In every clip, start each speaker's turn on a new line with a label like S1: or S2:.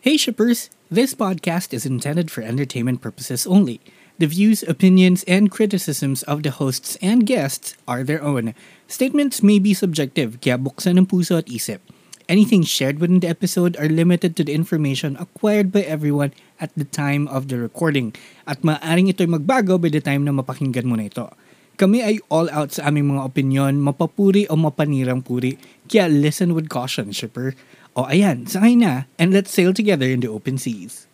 S1: Hey shippers! This podcast is intended for entertainment purposes only. The views, opinions, and criticisms of the hosts and guests are their own. Statements may be subjective, kaya buksan ng puso at isip. Anything shared within the episode are limited to the information acquired by everyone at the time of the recording at maaaring ito'y magbago by the time na mapakinggan mo na ito. Kami ay all out sa aming mga opinion, mapapuri o mapanirang puri, kaya listen with caution, shipper. O ayan, sakay na, and let's sail together in the open seas.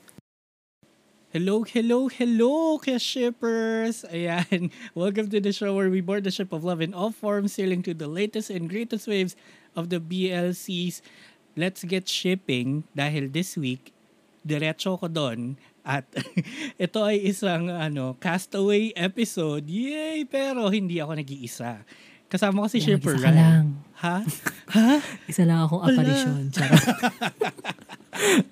S1: Hello, hello, hello, shippers! Ayan, welcome to the show where we board the ship of love in all forms, sailing to the latest and greatest waves of the BLCs. Let's get shipping dahil this week, diretso ko doon at ito ay isang ano castaway episode. Yay! Pero hindi ako nag-iisa. Kasama ko si
S2: Yan,
S1: Shipper,
S2: isa ka
S1: right?
S2: lang.
S1: Ha? Ha?
S2: Isa lang akong
S1: Wala.
S2: apparition. Charot.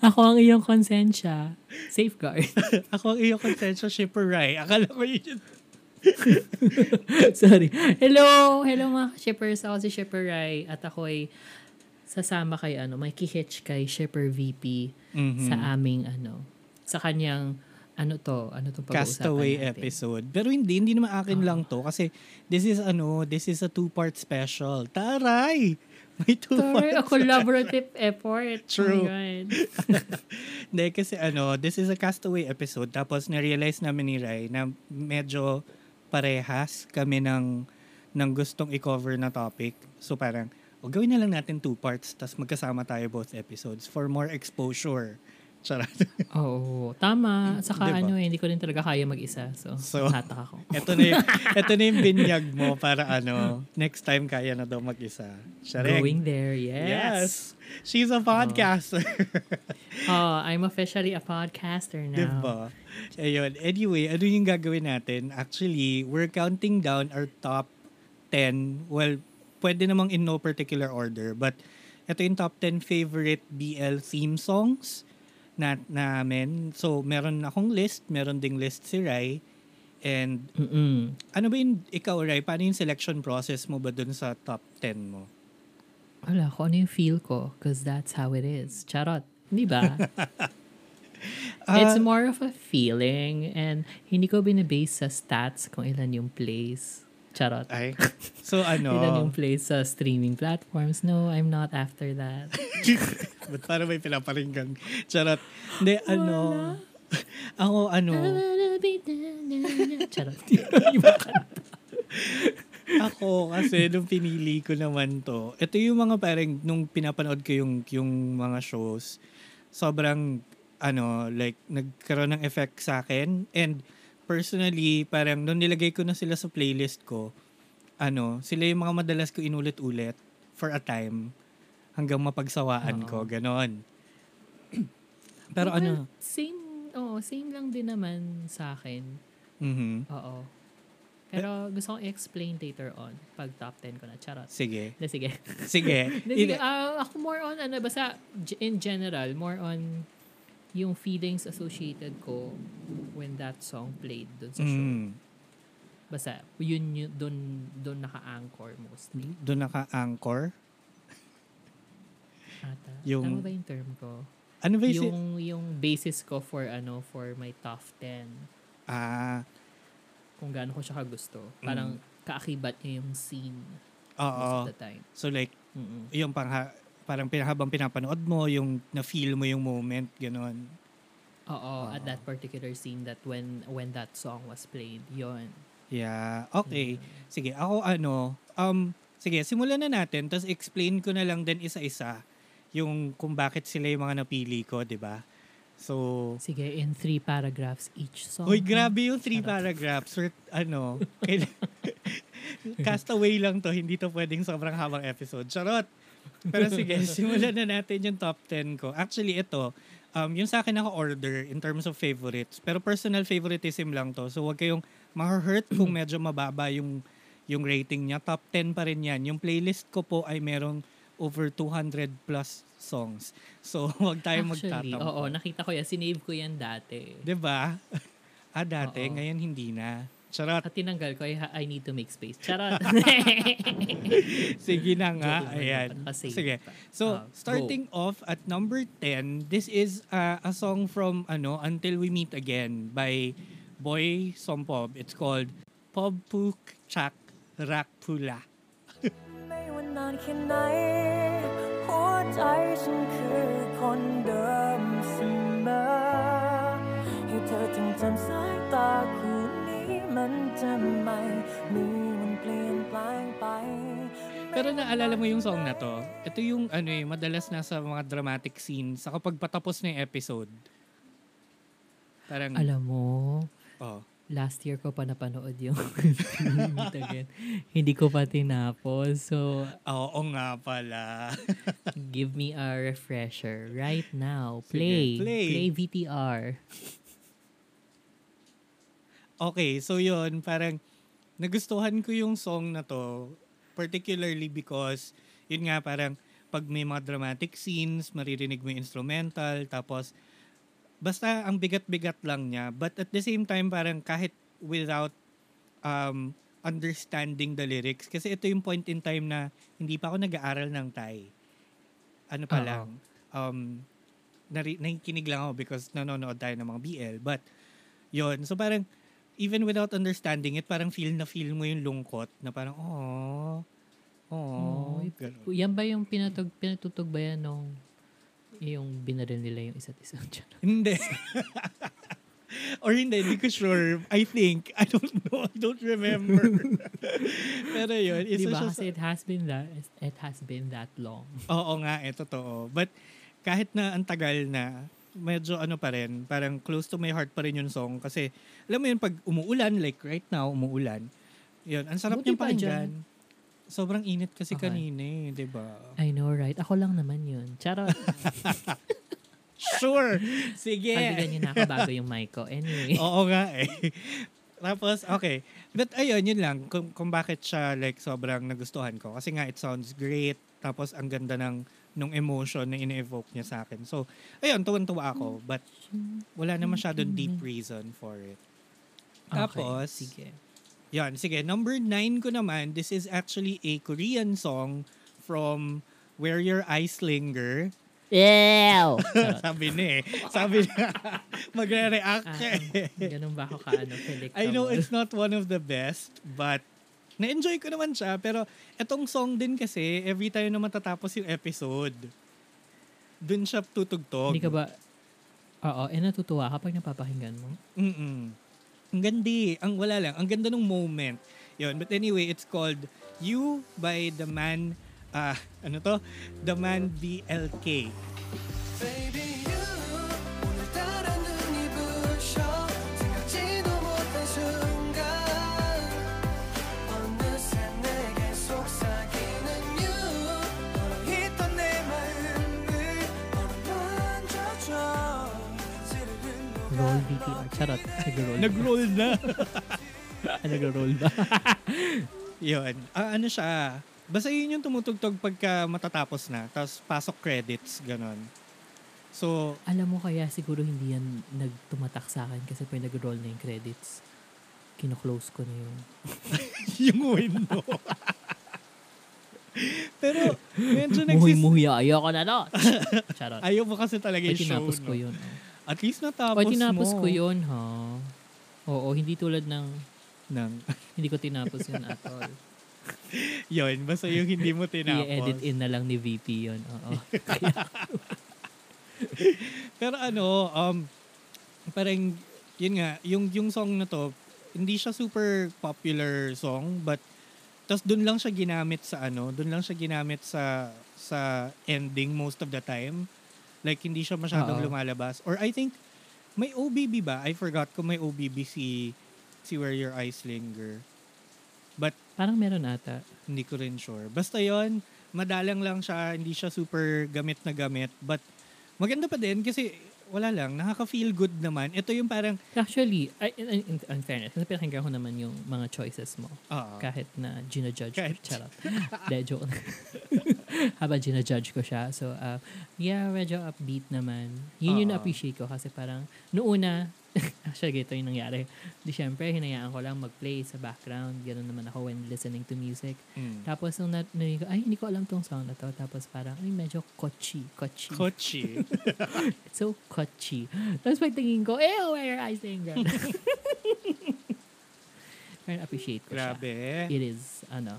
S2: Ako ang iyong konsensya. Safeguard.
S1: Ako ang iyong konsensya shipper, right? Akala ko yun.
S2: Sorry. Hello! Hello mga shippers. Ako si Shipper Rai at ako'y sasama kay ano, may kihitch kay Shipper VP
S1: Mm-hmm.
S2: sa aming ano, sa kanyang ano to, ano to pag-uusapan
S1: Castaway
S2: natin.
S1: episode. Pero hindi, hindi naman akin lang to. Kasi this is ano, this is a two-part special. Taray! May
S2: Sorry,
S1: two-part
S2: a collaborative effort.
S1: True.
S2: Oh my God.
S1: Hindi, kasi ano, this is a castaway episode. Tapos narealize namin ni Rai na medyo parehas kami ng, ng gustong i-cover na topic. So parang, o gawin na lang natin two parts, tapos magkasama tayo both episodes for more exposure. Charot.
S2: Oo, tama. At Saka
S1: Diba?
S2: ano eh, hindi ko rin talaga kaya mag-isa. So,
S1: So,
S2: nataka ko.
S1: Ito na yung, ito na yung binyag mo para ano, next time kaya na daw mag-isa. Sharing.
S2: Going there, yes.
S1: Yes. She's a podcaster.
S2: Oh, I'm officially a podcaster now.
S1: diba? Ayun. Anyway, ano yung gagawin natin? Actually, we're counting down our top 10. Well, pwede namang in no particular order. But ito yung top 10 favorite BL theme songs na namin. So, meron akong list. Meron ding list si Rai. And
S2: Mm-mm.
S1: ano ba yung ikaw, Rai? Paano yung selection process mo ba dun sa top 10 mo?
S2: Wala, kung ano yung feel ko, because that's how it is. Charot. Di ba? It's more of a feeling and hindi ko binabase sa stats kung ilan yung plays. Charot.
S1: Ay. So,
S2: Ilan
S1: ano?
S2: yung plays sa streaming platforms. No, I'm not after that.
S1: Ba't parang may pinaparinggan? Charot. Hindi, ano. Ako, ano.
S2: I wanna be na-na-na. Charot. Iba ka.
S1: Ako, kasi nung pinili ko naman to, ito yung mga parang, nung pinapanood ko yung, yung mga shows, sobrang, ano, like, nagkaroon ng effect sa akin. And, personally, parang, nung nilagay ko na sila sa playlist ko, ano, sila yung mga madalas ko inulit-ulit for a time hanggang mapagsawaan ko, ganon. Pero
S2: Well,
S1: ano,
S2: Same, oo, same lang din naman sa akin.
S1: mhm.
S2: Oo. Pero gusto kong i-explain later on pag top 10 ko na. Charot.
S1: Sige.
S2: Hindi, sige.
S1: Sige.
S2: Hindi, sige. Ah, ako more on, ano, basta g- in general, more on yung feelings associated ko when that song played dun sa show.
S1: Mm,
S2: Basta, yun yun, dun, dun naka-anchor mostly.
S1: doon naka-anchor.
S2: Ata.
S1: Yung-
S2: Tama ba Mm. yung term ko?
S1: Ano ba yung...
S2: Yung, yung basis ko for, ano, for my top 10.
S1: Ah,
S2: Kung gaano ko siya kagusto. Parang kaakibat niya yung scene most
S1: oo.
S2: of the time.
S1: So like,
S2: Mm-mm.
S1: yung pangha, parang pin- habang pinapanood mo, yung na-feel mo yung moment, ganun.
S2: Oo, at that particular scene that when when that song was played, yon.
S1: Yeah. Okay. Sige, ako ano, um, sige, simulan na natin, tapos explain ko na lang din isa-isa yung kung bakit sila yung mga napili ko, di ba? So,
S2: Sige, in three paragraphs each song.
S1: Uy, grabe yung three paragraphs. Or, ano, kail- castaway lang to. Hindi to pwedeng sobrang habang episode. Charot! Pero sige, simulan na natin yung top 10 ko. Actually, ito, um, yung sa akin naka-order in terms of favorites. Pero personal favoritism lang to. So, huwag kayong ma-hurt kung medyo mababa yung, yung rating niya. Top 10 pa rin yan. Yung playlist ko po ay merong over 200 plus songs. So, huwag tayong
S2: Actually,
S1: magtatampo.
S2: oo, nakita ko yan. Sinave ko yan dati.
S1: 'Di ba? Ah, dati,
S2: Oo.
S1: ngayon hindi na. Charot.
S2: At tinanggal ko, I, ha- I need to make space. Charot.
S1: Sige na nga.
S2: Joke lang,
S1: Ayan.
S2: nakasave
S1: Sige.
S2: pa.
S1: So,
S2: Ah, go.
S1: starting off at number 10, this is uh, a song from ano Until We Meet Again by Boy Sompob. It's called Pob Puk Chak Rak Pula.
S3: ไม่ว่านานแค่ไหน หัวใจฉันคือคนเดิมเสมอ ให้เธอจงจำสายตาคู่นี้มันจะไม่มีวันเปลี่ยนแปลงไป
S1: Pero naalala mo yung song na to? Ito yung ano eh, madalas nasa mga dramatic scene sa kapag patapos na yung episode. Parang,
S2: Alam mo,
S1: oh.
S2: last year ko pa napanood yung Meet Again. Hindi ko pa tinapos. So,
S1: Oo nga pala.
S2: give me a refresher right now.
S1: Sige,
S2: Play.
S1: play.
S2: Play VTR.
S1: Okay, so yun, parang nagustuhan ko yung song na to, particularly because, yun nga, parang pag may mga dramatic scenes, maririnig mo yung instrumental, tapos, basta ang bigat-bigat lang niya. But at the same time, parang kahit without um, understanding the lyrics, kasi ito yung point in time na hindi pa ako nag-aaral ng Thai. Ano pa
S2: Oo.
S1: lang, um, nari- nakikinig lang ako because nanonood tayo ng mga BL. But, yun. So parang, even without understanding it, parang feel na feel mo yung lungkot na parang, oh, oh,
S2: Oy, yan ba yung pinatug, pinatutog ba yan nung yung binaril nila yung isa't isa? Charot.
S1: Hindi. Or hindi, hindi ko sure. I think. I don't know. I don't remember. Pero yun. Isa
S2: Di ba?
S1: siya sa-
S2: Diba? Kasi it has been that it has been that long.
S1: Oo nga, eh, totoo. But kahit na ang tagal na, medyo ano pa rin, parang close to my heart pa rin yung song. Kasi, alam mo yun, pag umuulan, like right now, umuulan, yun, ang sarap
S2: Buti
S1: niyang
S2: pa
S1: pakinggan. Sobrang init kasi
S2: Okay.
S1: kanina eh, di ba?
S2: I know, right? Ako lang naman yun. Charot.
S1: Sure! Sige!
S2: Pagbigan niyo na ako bago yung mic ko. Anyway.
S1: Oo nga eh. Tapos, okay. But ayun, yun lang. Kung, kung bakit siya like sobrang nagustuhan ko. Kasi nga, it sounds great. Tapos, ang ganda ng nung emotion na ine-evoke niya sa akin. So, ayun, tuwan-tuwa ako. But, wala na masyadong deep reason for it.
S2: Okay,
S1: Tapos,
S2: sige.
S1: Yan, sige. Number 9 ko naman, this is actually a Korean song from Where Your Eyes Linger.
S2: Ew!
S1: Sabi niya eh. Sabi niya, magre-react
S2: Ah,
S1: ka eh.
S2: ganun ba ako kaano? predictable?
S1: I know it's not one of the best, but na-enjoy ko naman siya. Pero etong song din kasi, every time na matatapos yung episode, dun siya tutugtog.
S2: Hindi ka ba... Oo, eh natutuwa ka pag napapakinggan mo.
S1: Mm-mm. Ang gandi. Ang wala lang. Ang ganda ng moment. Yun. But anyway, it's called You by the man, ah, ano to? The man BLK.
S4: Baby you 오늘따라 눈이 부셔 생각지도 못한 순간 어느새 내게 속삭이는 you 얼어있던 내 마음을 얼어만져줘 지르는
S2: Roll VTR. Charot. Nag-roll.
S1: Nag-roll na.
S2: Ah, Nag-roll ba?
S1: Yun. Ah, ano siya? Basta yun yung tumutugtog pagka matatapos na. Tapos pasok credits, ganon. So,
S2: Alam mo kaya siguro hindi yan nagtumatak sa akin kasi pag nag-roll na yung credits, kino-close ko na yung...
S1: yung window. Pero, medyo nagsis...
S2: Muhi-muhi, ayoko na no! Charot.
S1: Ayaw mo kasi talaga
S2: Pag
S1: yung show,
S2: tinapos
S1: no?
S2: ko yun. oh.
S1: At least natapos
S2: Pag tinapos
S1: mo.
S2: ko yun, ha? Oo, hindi tulad ng...
S1: Nang,
S2: Hindi ko tinapos yun at all.
S1: yun, basta yung hindi mo tinapos.
S2: I-edit in na lang ni VP yun. Oo.
S1: Pero ano, um, parang, yun nga, yung, yung song na to, hindi siya super popular song, but, tas dun lang siya ginamit sa ano, dun lang siya ginamit sa, sa ending most of the time. Like, hindi siya masyadong
S2: Oo.
S1: lumalabas. Or I think, may OBB ba? I forgot kung may OBB si, si Where Your Eyes Linger. But,
S2: Parang meron ata.
S1: Hindi ko rin sure. Basta yon madalang lang siya, hindi siya super gamit na gamit. But maganda pa din kasi wala lang, nakaka-feel good naman. Ito yung parang,
S2: Actually, I, in, in, in, in fairness, napinakinggan ko naman yung mga choices mo.
S1: ah,
S2: Kahit na ginajudge.
S1: Kahit-
S2: Charot. De, joke. habang ginajudge ko siya. So, uh, yeah, medyo upbeat naman. Yun
S1: Oo.
S2: yung na-appreciate ko kasi parang, noong una, actually, ito yung nangyari. Di syempre, hinayaan ko lang mag-play sa background. Ganun naman ako when listening to music.
S1: Mm.
S2: Tapos, nung nat- narinig ko, ay, hindi ko alam tong song na to. Tapos parang, ay, medyo kochi, kochi.
S1: Kochi.
S2: It's so kochi. Tapos pagtingin ko, eh, why are I saying that? Pero appreciate ko siya.
S1: Grabe.
S2: It is, ano,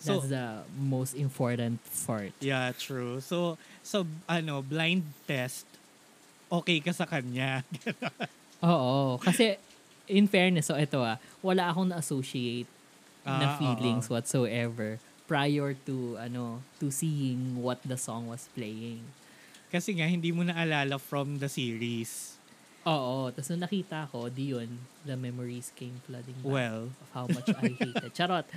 S1: So-
S2: that's the most important part.
S1: Yeah, true. So, so ano, blind test, okay ka sa kanya.
S2: Oo, kasi in fairness, so ito ah, wala akong na-associate
S1: Ah,
S2: na feelings
S1: oo.
S2: whatsoever prior to, ano, to seeing what the song was playing.
S1: Kasi nga, hindi mo naalala from the series.
S2: Oo, tapos nung nakita ko, di yun, the memories came flooding back
S1: Well,
S2: of how much I hated. Charot!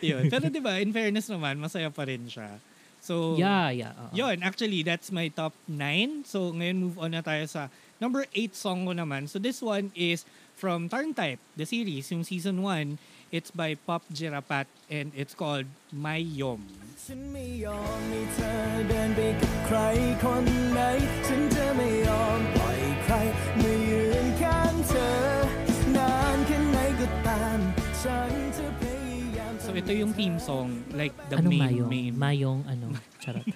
S1: yun. Pero di ba, in fairness naman, masaya pa rin siya. So,
S2: Yeah, yeah. oo.
S1: Oh. Yun, actually, that's my top 9. So, ngayon move on na tayo sa number 8 song ko naman. So, this one is from Turn Type, the series, yung season 1. It's by Pop Jerapat and it's called My Yom.
S4: ฉันไม่ยอมให้เธอเดินไปกับใครคนไหน ฉันจะไม่ยอมปล่อยใครมายืนข้างเธอนานแค่ไหนก็ตาม ฉันจะพยายาม
S1: So, ito yung theme song, like the
S2: anong
S1: main
S2: Ano, mayong?
S1: main.
S2: Mayong, ano, charot.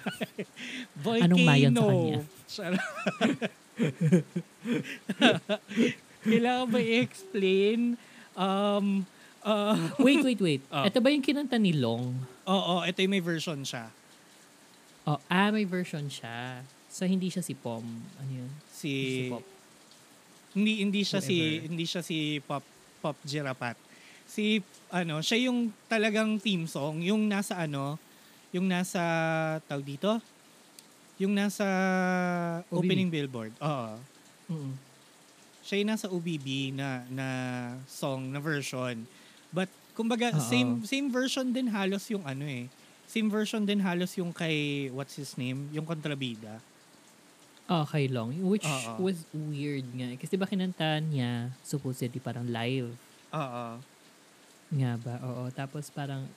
S1: Volcano.
S2: Anong mayon sa kanya?
S1: Charot. Kailangan ba i-explain? Um, uh,
S2: wait, wait, wait.
S1: Oh.
S2: Ito ba yung kinanta ni Long?
S1: oo, ito yung may version siya.
S2: Oh, ah, may version siya. So, hindi siya si Pom. Ano yun?
S1: Si,
S2: Si Pop.
S1: hindi hindi siya si
S2: Whoever.
S1: hindi siya si Pop Pop Jerapat. Si ano, siya yung talagang theme song, yung nasa ano, yung nasa tawag dito, yung nasa
S2: OBB.
S1: opening billboard. Oo.
S2: Mm-mm.
S1: Siya yung nasa OBB na na song na version. But kumbaga
S2: Oo.
S1: same same version din halos yung ano eh. Same version din halos yung kay what's his name, yung kontrabida.
S2: Oh, kay Long. Which
S1: Oo.
S2: was weird nga. eh. Kasi diba kinanta niya, supposedly parang live.
S1: Oo.
S2: Nga ba? Oo. Tapos parang,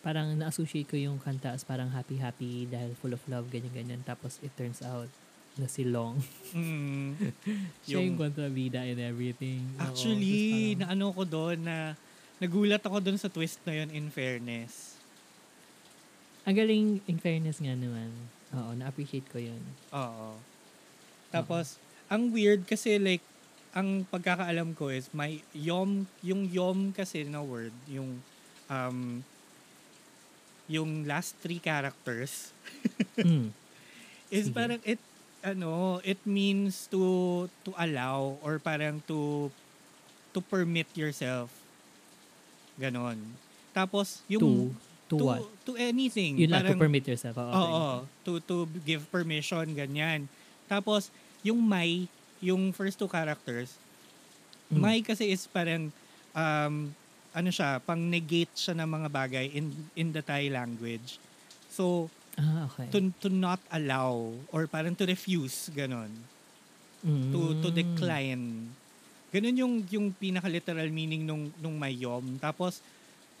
S2: parang na-associate ko yung kanta as parang happy-happy dahil full of love, ganyan-ganyan. Tapos it turns out na si Long.
S1: Mm.
S2: siya
S1: Yung-
S2: yung kontrabida and everything. Oo. Tapos
S1: Actually,
S2: parang-
S1: naano ko doon na nagulat ako doon sa twist na yun in fairness.
S2: Ang galing, in fairness nga naman. Oo, na-appreciate ko yun.
S1: Oo. Tapos, ang weird kasi like, ang pagkakaalam ko is may yom, yung yom kasi na word, yung um, yung last three characters
S2: Mm.
S1: is
S2: Sige.
S1: parang it ano, it means to to allow or parang to to permit yourself. Ganon. Tapos yung
S2: to, to, what?
S1: To anything.
S2: Yun lang, to
S1: parang,
S2: permit yourself. Ah, Oo,
S1: Oo, to, to give permission, ganyan. Tapos, yung may, yung first two characters,
S2: Mm.
S1: may kasi is parang, um, ano siya, pang negate siya ng mga bagay in, in the Thai language. So,
S2: Ah, okay.
S1: to, to not allow or parang to refuse, ganon. To, to
S2: Mm.
S1: decline. Ganon yung, yung pinaka-literal meaning nung, nung mayom. Tapos,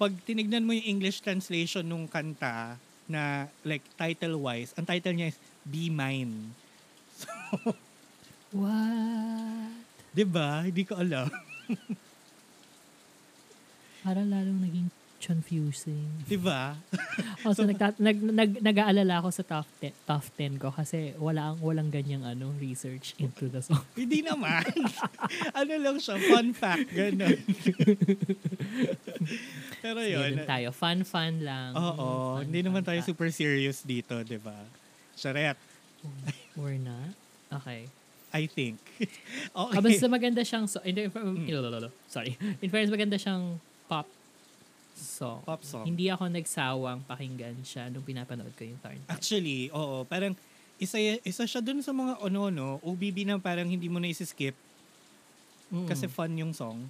S1: pag tinignan mo yung English translation nung kanta na like title-wise, ang title niya is Be Mine.
S2: What?
S1: 'Di ba? Hindi ko alam.
S2: Parang lalong naging confusing.
S1: 'Di ba?
S2: Also, nagta- nag, nag, nag-aalala ako sa top 10, top 10 ko kasi wala ang, walang ganyang ano, research into the song.
S1: Hindi naman. ano lang siya, fun fact, ganun. Pero
S2: Ganun
S1: yun.
S2: tayo. Fun-fun lang.
S1: Oo,
S2: Mm,
S1: hindi
S2: fun-fun
S1: naman tayo
S2: pa.
S1: super serious dito, 'di ba? Charette,
S2: We're not? Okay.
S1: I think. okay. Mm.
S2: Ah, basta maganda siyang so, in, in, sorry. In fairness, maganda siyang pop song.
S1: Pop song.
S2: Hindi ako nagsawang pakinggan siya nung pinapanood ko yung Tarn.
S1: Actually, oo, parang isa, isa siya dun sa mga ano, no, OBB na parang hindi mo na isi-skip
S2: Mm.
S1: kasi fun yung song.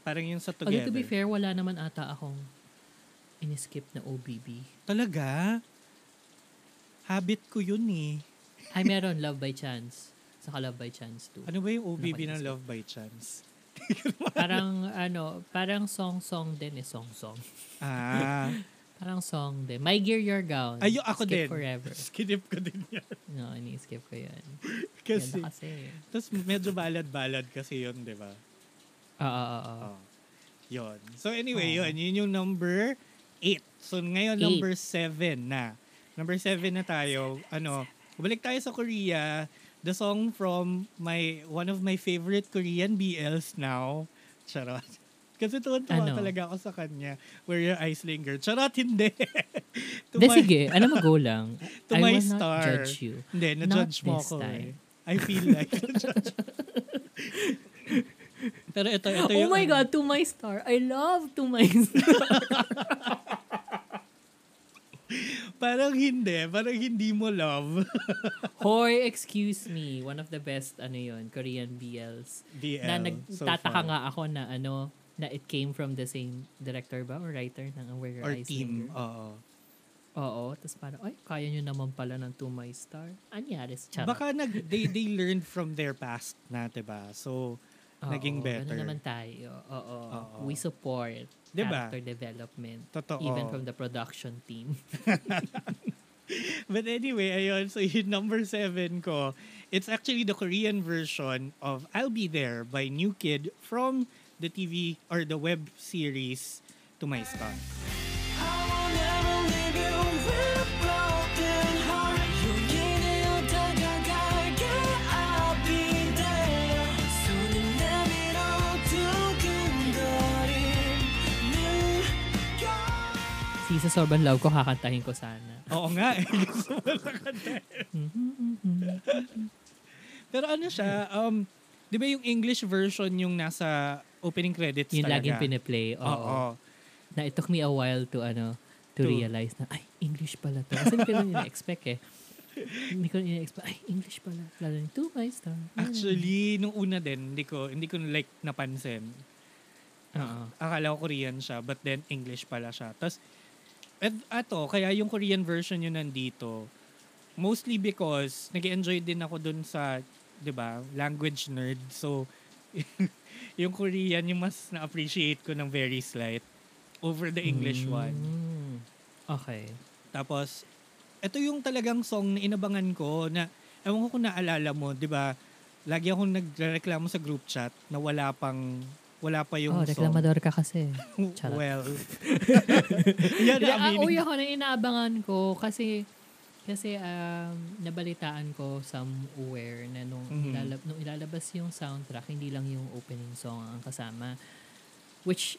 S1: Parang yung sa
S2: Although
S1: Together.
S2: to be fair, wala naman ata akong in-skip na OBB.
S1: Talaga? Habit ko yun eh.
S2: Ay, meron. Love by Chance. Saka Love by Chance too.
S1: Ano ba yung OBB ng
S2: Nakainis
S1: Love by Chance?
S2: Parang, ano, parang song-song din eh. Song-song.
S1: Ah,
S2: Parang song din. My Gear, Your Gown.
S1: Ayo, ako
S2: Skip
S1: din.
S2: forever.
S1: Skinip ko din yan.
S2: No, ini-skip ko yun.
S1: Kasi,
S2: Kasi. Ganda kasi.
S1: tapos medyo balad-balad kasi yun, di ba?
S2: Oo, oo, oo. Oh.
S1: Oh. Yun. So anyway, yun. Yun yung number 8. So ngayon,
S2: Eight.
S1: number 7 na. Number 7 na tayo. ano, balik tayo sa Korea. The song from my one of my favorite Korean BLs now. Charot. Kasi tuwan-tuwa
S2: Ano?
S1: talaga ako sa kanya. Where your eyes linger. Charot, hindi. To
S2: Hindi,
S1: my-
S2: sige. Alam mo, go lang.
S1: To
S2: I
S1: my
S2: will
S1: star.
S2: not judge you.
S1: Hindi, na-judge
S2: Not
S1: mo
S2: this
S1: ako
S2: time.
S1: eh. I feel like na-judge. Pero ito, ito
S2: oh
S1: yung
S2: my
S1: ano.
S2: God, To My Star. I love To My Star.
S1: Parang hindi. Parang hindi mo love.
S2: Hoy, excuse me. One of the best, ano yun, Korean BLs.
S1: BL.
S2: na
S1: so
S2: nagtataka
S1: far.
S2: nga ako na ano, na it came from the same director ba or writer ng Where Your
S1: Or
S2: Eyes
S1: team.
S2: Linger.
S1: Oo.
S2: Oo, tapos parang, ay, kaya nyo naman pala ng To My Star. Anyaris, charot.
S1: Baka nag, they, they learned from their past na, 'di ba So,
S2: Oo,
S1: naging better.
S2: Ano naman tayo. Oo,
S1: Oo.
S2: we support
S1: Diba?
S2: character development.
S1: totoo.
S2: Even from the production team.
S1: But anyway, ayun. So, yung number seven ko, it's actually the Korean version of I'll Be There by New Kid from the TV or the web series To My Star.
S2: Si sa sobrang love ko, kakantahin ko sana.
S1: Oo nga, eh, gusto mo lang kantahin. Pero ano siya, um, di ba yung English version yung nasa opening credits
S2: Yun
S1: talaga?
S2: laging piniplay. Oo.
S1: Oo.
S2: Na it took me a while to ano to,
S1: To-
S2: realize na, ay, English pala to. Kasi hindi ko na expect eh. Hindi ko na expect ay, English pala. Lalo ni Two My Star.
S1: Actually, nung una din, hindi ko, hindi ko like napansin.
S2: Oo.
S1: Akala ko Korean siya, but then English pala siya. Tapos, at ato, kaya yung Korean version yun nandito, mostly because nag enjoy din ako dun sa, di ba, language nerd. So, yung Korean, yung mas na-appreciate ko ng very slight over the English one.
S2: Mm. Okay.
S1: Tapos, ito yung talagang song na inabangan ko na, ewan ko kung naalala mo, di ba, lagi akong nagreklamo sa group chat na wala pang, wala pa yung
S2: oh,
S1: song.
S2: reklamador ka kasi. eh. Charot.
S1: well. yan
S2: Hindi,
S1: ang
S2: ah, uy,
S1: meaning.
S2: ako na inaabangan ko kasi kasi um, nabalitaan ko somewhere na nung,
S1: Mhm.
S2: ilalab- nung ilalabas yung soundtrack, hindi lang yung opening song ang kasama. Which,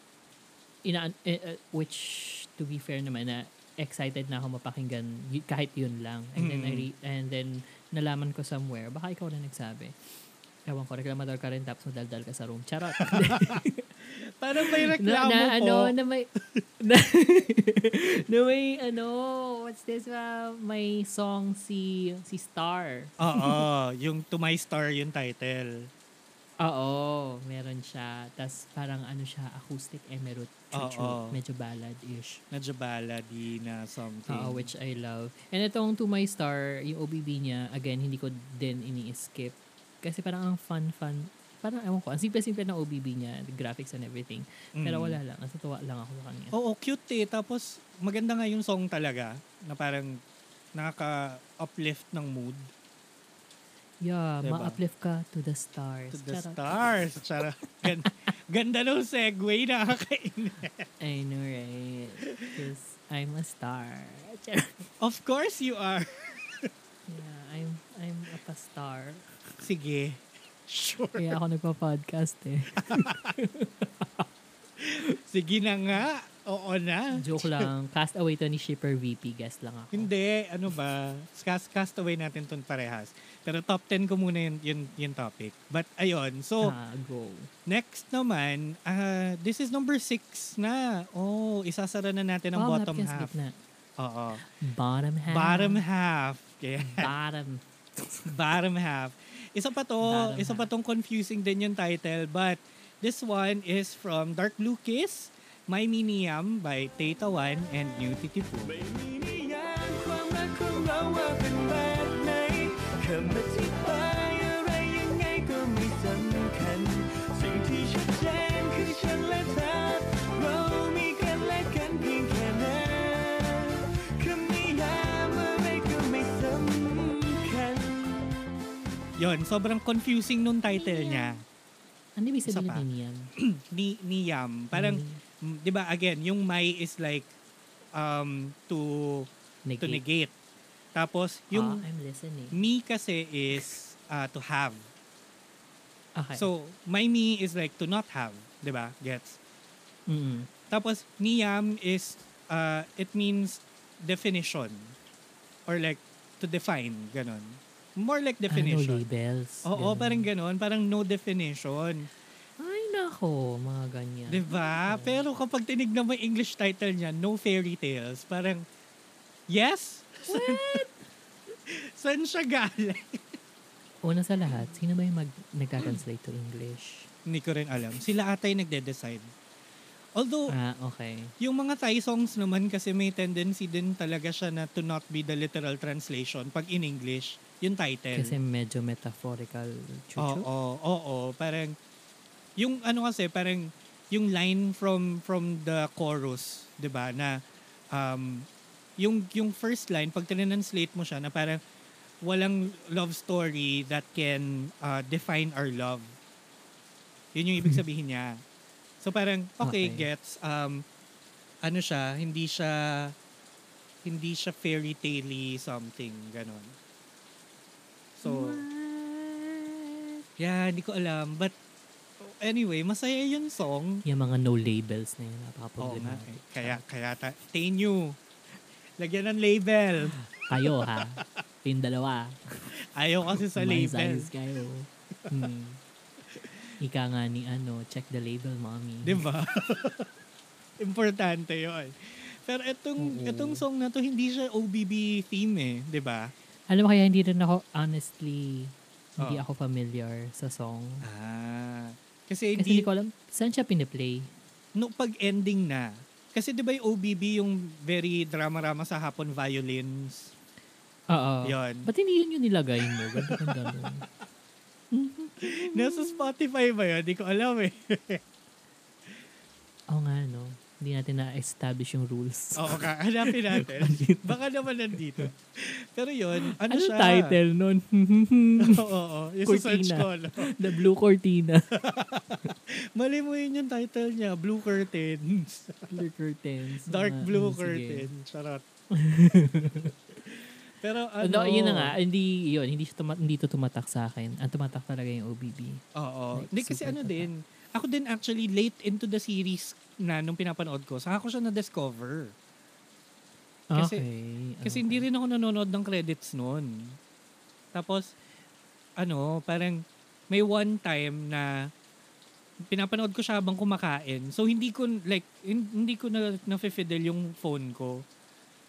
S2: ina, eh, eh, which to be fair naman na excited na ako mapakinggan y- kahit yun lang. And then,
S1: Mhm.
S2: I re- and then nalaman ko somewhere, baka ikaw na nagsabi. Ewan ko, reklamador ka rin tapos madaldal ka sa room. Charot.
S1: Parang may
S2: na,
S1: reklamo
S2: na
S1: po.
S2: ano, na may, na, na may, ano, what's this, uh, may song si, si Star.
S1: Oo, yung To My Star yung title.
S2: Oo, meron siya. Tapos parang ano siya, acoustic emerald. Chuchu,
S1: Oo.
S2: medyo ballad-ish.
S1: Medyo balady na something.
S2: Oo, which I love. And itong To My Star, yung OBB niya, again, hindi ko din ini-skip. Kasi parang ang fun-fun, parang ewan ko, ang simple-simple ng OBB niya, the graphics and everything. Pero
S1: Mm.
S2: wala lang, natutuwa lang ako sa kanya.
S1: Oo, cute eh. Tapos, maganda nga yung song talaga na parang nakaka-uplift ng mood.
S2: Yeah,
S1: Diba?
S2: ma-uplift ka to the stars.
S1: To the
S2: Charot.
S1: stars. Charot. Gan- ganda nung segue na
S2: I know, right? Because I'm a star. Charot.
S1: Of course you are.
S2: yeah, I'm I'm up a star.
S1: Sige. Sure.
S2: Kaya ako nagpa-podcast eh.
S1: Sige na nga. Oo na.
S2: Joke lang. Cast away to ni Shipper VP. Guest lang ako.
S1: Hindi, ano ba? Cast, cast away natin tun parehas. Pero top 10 ko muna yun, yun, yung topic. But ayun, so
S2: Ah, go.
S1: next naman, ah, this is number 6 na. Oh, isasara na natin ang
S2: Oh, Ah.
S1: bottom
S2: napkins
S1: half.
S2: gitna.
S1: Oo.
S2: Bottom half.
S1: Bottom half. Kaya,
S2: Bottom.
S1: bottom half. Isa pa to,
S2: Bottom
S1: isa pa
S2: half.
S1: tong confusing din yung title. But this one is from Dark Blue Kiss, My Miniam by Tata One and New Titipu.
S4: ไม่มีนิยามความรักของเราว่าเป็นแบบไหนคำอธิบายอะไรยังไงก็ไม่สำคัญ สิ่งที่ชัดเจนคือฉันและเธอเรามีกันและกันเพียงแค่นั้น
S1: Yun, sobrang confusing nung title niya.
S2: Ano ibig
S1: Isa
S2: sabihin
S1: pa.
S2: ng niyan?
S1: Ni, niyam. Parang, mm, di ba, again, yung may is like um, to, to
S2: Negate. Ah.
S1: negate. Tapos,
S2: Yung,
S1: yung
S2: I'm listening.
S1: me kasi is uh, to have.
S2: Okay.
S1: So, my me is like to not have. Di ba? Gets?
S2: mm
S1: Tapos, niyam is, uh, it means definition. Or like, to define, ganun. More like
S2: Ano,
S1: definition.
S2: labels.
S1: Oo,
S2: Ganun.
S1: parang ganun. Parang no definition.
S2: Ay, nako, mga ganyan.
S1: Di ba? Diba? Pero kapag tinignan mo yung English title niya, No Fairy Tales, parang, yes? What? Saan siya galing?
S2: Una sa lahat, sino ba yung mag, nagtatranslate to English?
S1: Hindi ko rin alam. Sila atay nagde-decide. Although,
S2: Ah, okay.
S1: Yung mga Thai songs naman kasi may tendency din talaga siya na to not be the literal translation pag in English, yung title.
S2: Kasi medyo metaphorical.
S1: oo,
S2: Chuchu.
S1: oo, oo, parang yung ano kasi parang yung line from from the chorus, 'di ba, na um yung yung first line pag tinranslate mo siya na parang walang love story that can uh, define our love. Yun yung ibig sabihin niya. So parang okay,
S2: Okay.
S1: gets um ano siya, hindi siya hindi siya fairy tale something ganon. So
S3: Hmm.
S1: Yeah, hindi ko alam but anyway, masaya yung song.
S2: Yung mga no labels na yun,
S1: Oo nga.
S2: napaka-problematic.
S1: eh. Kaya kaya ta, Tay New. Lagyan ng label.
S2: Kayo ha, kayong dalawa.
S1: Ayaw kasi sa label.
S2: Umayos kayo. Hmm. Ika nga ni ano, check the label, mommy.
S1: Di ba? Importante yon. Pero itong,
S2: Oo.
S1: itong song na to, hindi siya OBB theme eh. Di ba?
S2: Alam mo kaya hindi rin ako, honestly, hindi
S1: Oh.
S2: ako familiar sa song.
S1: Ah. Kasi,
S2: Kasi
S1: hindi,
S2: hindi ko alam, saan siya piniplay?
S1: no, pag ending na, kasi di ba yung OBB yung very drama-rama sa hapon violins?
S2: Oo.
S1: Yun.
S2: Ba't hindi yun yung nilagay mo? Ganda kang ganun. Hmm.
S1: Nasa Spotify ba yun? Di ko alam eh.
S2: Oo nga, no? Hindi natin na-establish yung rules.
S1: Oo ka, hanapin natin. Baka naman nandito. Pero yun, ano
S2: Anong
S1: siya?
S2: title nun?
S1: Oo, oo. Yung sa search
S2: Cortina.
S1: ko. no?
S2: The Blue Cortina.
S1: Mali mo yun yung title niya, Blue Curtains.
S2: blue curtains.
S1: Dark
S2: Mga-
S1: blue
S2: mm, Ah, sige.
S1: curtain. Charot. Pero ano...
S2: Ano, yun na nga, hindi, yun, hindi, siya tuma- hindi to tumatak sa akin. Ang tumatak talaga yung OBB.
S1: Oo.
S2: Like,
S1: Hindi kasi
S2: super
S1: ano
S2: tata.
S1: din, ako din actually late into the series na nung pinapanood ko, saka ko siya na-discover. Kasi-
S2: okay.
S1: Kasi hindi rin ako nanonood ng credits noon. Tapos, ano, parang may one time na pinapanood ko siya habang kumakain. So, hindi ko, like, hin- hindi ko na, nafe-fiddle yung phone ko.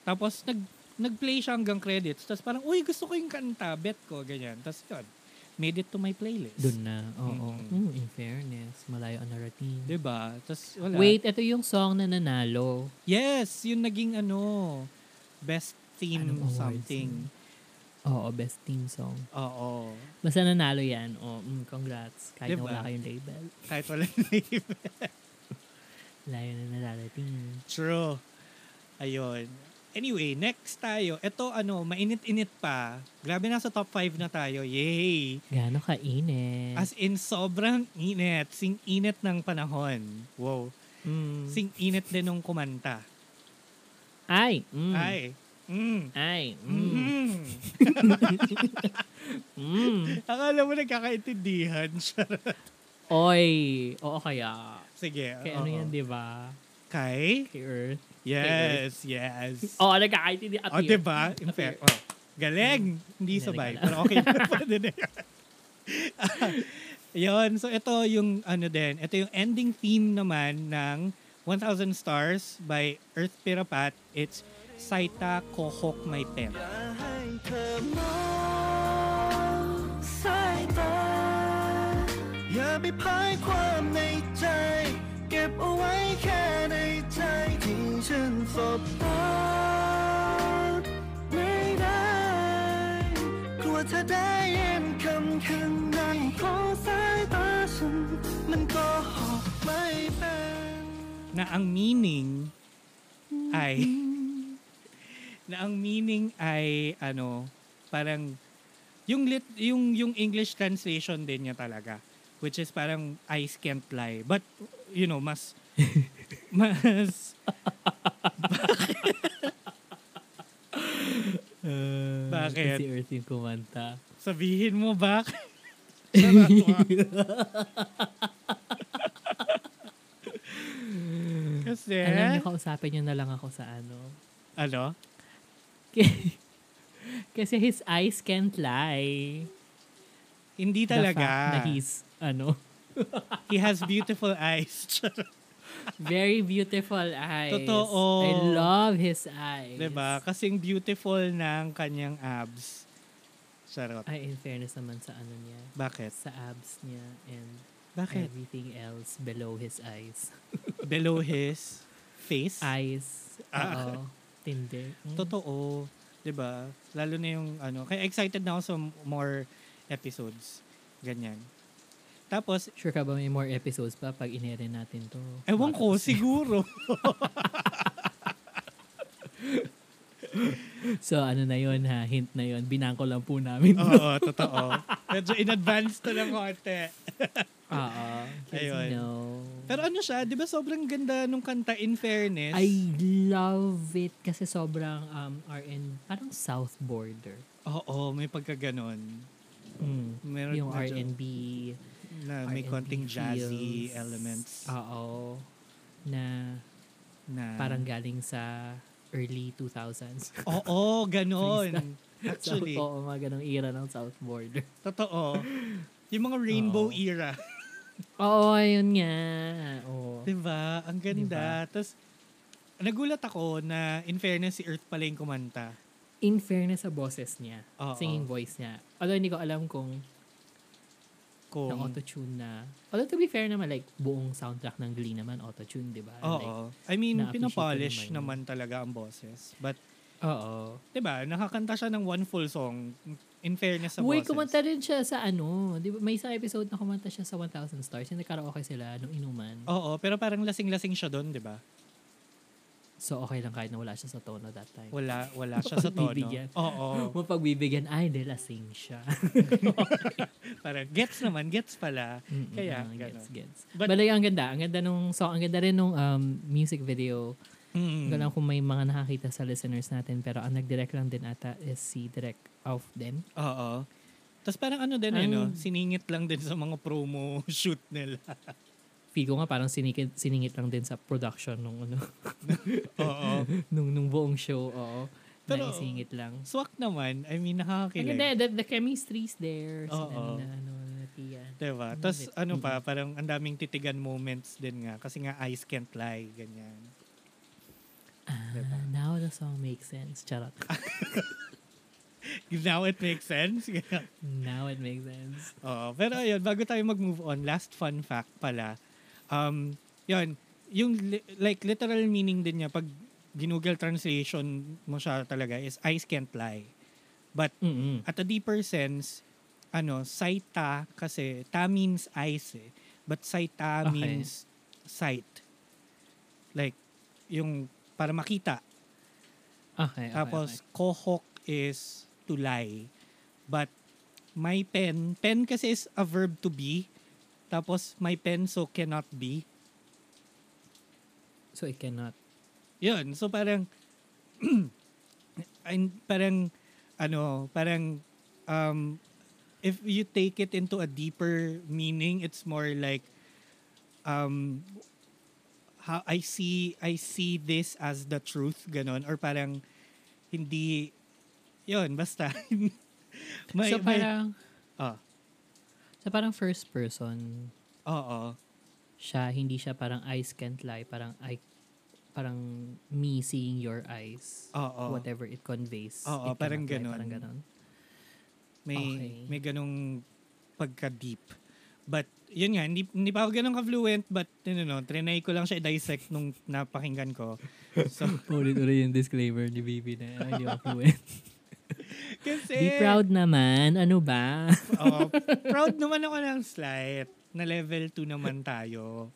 S1: Tapos, nag, nag-play siya hanggang credits. Tapos parang, uy, gusto ko yung kanta, bet ko, ganyan. Tapos yun, made it to my playlist.
S2: Doon na, oo.
S1: Mm.
S2: Mm, in fairness, malayo ang narating.
S1: Diba? Tapos wala.
S2: Wait, ito yung song na nanalo.
S1: Yes, yung naging ano, best theme
S2: Anong awards
S1: something.
S2: Oo, best team song.
S1: Oo.
S2: Basta nanalo yan. Oh, mm, congrats. Kahit
S1: Diba?
S2: na wala kayong label.
S1: Kahit wala name.
S2: Layo na nalalating.
S1: True. Ayun. Anyway, next tayo. Ito ano, mainit-init pa. Grabe nasa top 5 na tayo. Yay!
S2: Gaano kainit.
S1: As in, sobrang init. Sing init ng panahon. Wow.
S2: Mm.
S1: Sing init din nung kumanta.
S2: Ay! Mm.
S1: Ay. Mm.
S2: Ay! Mm.
S1: Mm. Mm-hmm.
S2: Mm.
S1: Akala mo nagkakaintindihan siya.
S2: Oy! Oo kaya.
S1: Sige.
S2: Kaya ano
S1: oo.
S2: yan, di ba?
S1: Kay?
S2: Kay Earth.
S1: Yes, yes.
S2: Oo, oh, nagkakaintindi.
S1: O,
S2: Up here.
S1: diba? In
S2: Up here.
S1: fact, oh. Galing! Hindi
S2: Hindi
S1: sabay.
S2: nagkala.
S1: Pero okay na pa din eh. Yun. So, ito yung ano din. Ito yung ending theme naman ng 1,000 Stars by Earth Pirapat. It's Saita Kohok My Pen.
S4: อย่าให้เธอมองสายตา อย่าไปพายความในใจ เก็บเอาไว้แค่ในใจที่ฉันสบตาไม่ได้กลัวเธอได้เอ็นคำข้างในของสายตาฉัน มันก็หอกไม่เป็น
S1: Na ang meaning ay... na ang meaning ay ano, parang Yung lit yung yung English translation din niya talaga which is parang eyes can't lie but you know mas mas
S2: Uh,
S1: Bakit?
S2: Si Earth yung kumanta.
S1: sabihin mo back. Kasi
S2: Alam niyo, kausapin niyo na lang ako sa ano.
S1: ano?
S2: Kasi his eyes can't lie.
S1: Hindi
S2: The fact
S1: talaga.
S2: na he's, ano,
S1: He has beautiful eyes.
S2: very beautiful eyes.
S1: Totoo.
S2: I love his eyes.
S1: diba? Kasing beautiful ng kanyang abs. Charot.
S2: Ay, in fairness naman sa ano niya.
S1: Bakit?
S2: Sa abs niya and
S1: Bakit?
S2: everything else below his eyes.
S1: Below his face?
S2: Eyes.
S1: Ah.
S2: Oo. Tindi. Mm.
S1: Totoo. 'di ba? Lalo na yung ano. Kaya excited na ako sa m- more episodes. Ganyan. Tapos,
S2: Sure ka ba may more episodes pa pag inere natin to?
S1: ewan ko, siguro.
S2: So ano na yun ha, hint na yun. Binangko lang po namin.
S1: Oo, totoo. Medyo in advance to ng konti.
S2: Oo. Kasi
S1: Ayun.
S2: no.
S1: Pero ano siya, di ba sobrang ganda nung kanta, in fairness.
S2: I love it kasi sobrang um, RN, parang South Border.
S1: Oo, may pagkaganon.
S2: Mm.
S1: Meron
S2: Yung
S1: medyo
S2: R&B.
S1: Na may
S2: R&B
S1: konting jazzy
S2: feels.
S1: elements. Ah.
S2: Oo. Na
S1: na,
S2: parang galing sa early 2000s.
S1: Oo, ganon.
S2: So,
S1: Actually,
S2: oo, mga ganong era ng South Border.
S1: totoo. Yung mga rainbow
S2: Oo.
S1: era.
S2: Oo, ayun nga. Oo.
S1: Diba? Ang ganda. Tapos, nagulat ako na in fairness si Earth pala yung kumanta.
S2: In fairness sa boses niya,
S1: Oo.
S2: singing voice niya. Although hindi ko alam kung na
S1: Kung,
S2: auto-tune na. Although to be fair naman, like, buong soundtrack ng Glee naman auto-tune, di ba? Like,
S1: oo. I mean,
S2: na-appreciate ko
S1: pinapolish
S2: naman
S1: naman talaga ang boses. But,
S2: oo.
S1: diba, nakakanta siya ng one full song in fairness sa
S2: Uy,
S1: boses.
S2: kumanta rin siya sa ano, di ba? May isang episode na kumanta siya sa 1,000 Stars. Yung nagkaraoke sila nung inuman.
S1: Oo, pero parang lasing-lasing siya doon, di ba?
S2: So, okay lang kahit na wala siya sa tono that time.
S1: Wala, wala siya sa tono.
S2: Pagbibigyan.
S1: Oo,
S2: Mapagbibigyan, ay, de lasing siya.
S1: parang gets naman, gets pala.
S2: Mm-mm,
S1: Kaya,
S2: mga
S1: gano'n.
S2: gets, gets.
S1: But-
S2: But, like, ang ganda. Ang ganda nung song. Ang ganda rin nung um, music video.
S1: Mm.
S2: Hindi ko alam kung may mga nakakita sa listeners natin. Pero ang nag-direct lang din ata is si Direct Off din.
S1: Oo. Tapos parang ano din, eh, no?
S2: Ang-
S1: siningit lang din sa mga promo shoot nila.
S2: Figo nga parang siningit, siningit lang din sa production nung ano,
S1: Oo.
S2: nung, nung buong show. Oo.
S1: Pero-
S2: Pero, na isingit lang.
S1: Swak naman. I mean,
S2: Ang
S1: nakakakilig.
S2: ganda, the, the chemistry's there.
S1: Oo.
S2: Oh, ano, na, ano, na, tiyan.
S1: Diba?
S2: Love
S1: Tapos
S2: it.
S1: ano pa, parang ang daming titigan moments din nga. Kasi nga, eyes can't lie. Ganyan. Diba?
S2: Ah, now the song makes sense. Charot.
S1: Ah. Now it makes sense.
S2: now it makes sense.
S1: Oo. Pero ayun, bago tayo mag-move on, last fun fact pala. Um, yun, yung li- like literal meaning din niya pag ginugol translation mo siya talaga is eyes can't lie. But
S2: Mm-mm.
S1: at a deeper sense, ano, saita kasi ta means eyes eh. But saita
S2: Okay.
S1: means sight. Like, yung para makita.
S2: Okay, okay,
S1: Tapos, kohok is to lie. But, my pen, pen kasi is a verb to be. Tapos, my pen so cannot be.
S2: okay. So it cannot.
S1: Yun, so parang, and parang, ano, parang, um, if you take it into a deeper meaning, it's more like, um, how I see, I see this as the truth, ganon, or parang, hindi, yun, basta. may,
S2: so
S1: may-
S2: parang,
S1: ah,
S2: so parang first person
S1: oo,
S2: siya, hindi siya parang eyes can't lie, parang I parang me seeing your eyes.
S1: oo.
S2: Whatever it conveys.
S1: Oo,
S2: it cannot
S1: parang
S2: lie,
S1: ganun.
S2: Parang ganun.
S1: May
S2: Okay.
S1: may ganung pagka-deep. But yun nga, hindi, hindi pa ako ganun ka-fluent but you know, trinay ko lang siya i-dissect nung napakinggan ko. So,
S2: Ulit-ulit yung disclaimer ni Bibi na eh. hindi fluent.
S1: kasi,
S2: Be proud naman. Ano ba?
S1: Oo, proud naman ako ng slight. Na level 2 naman tayo.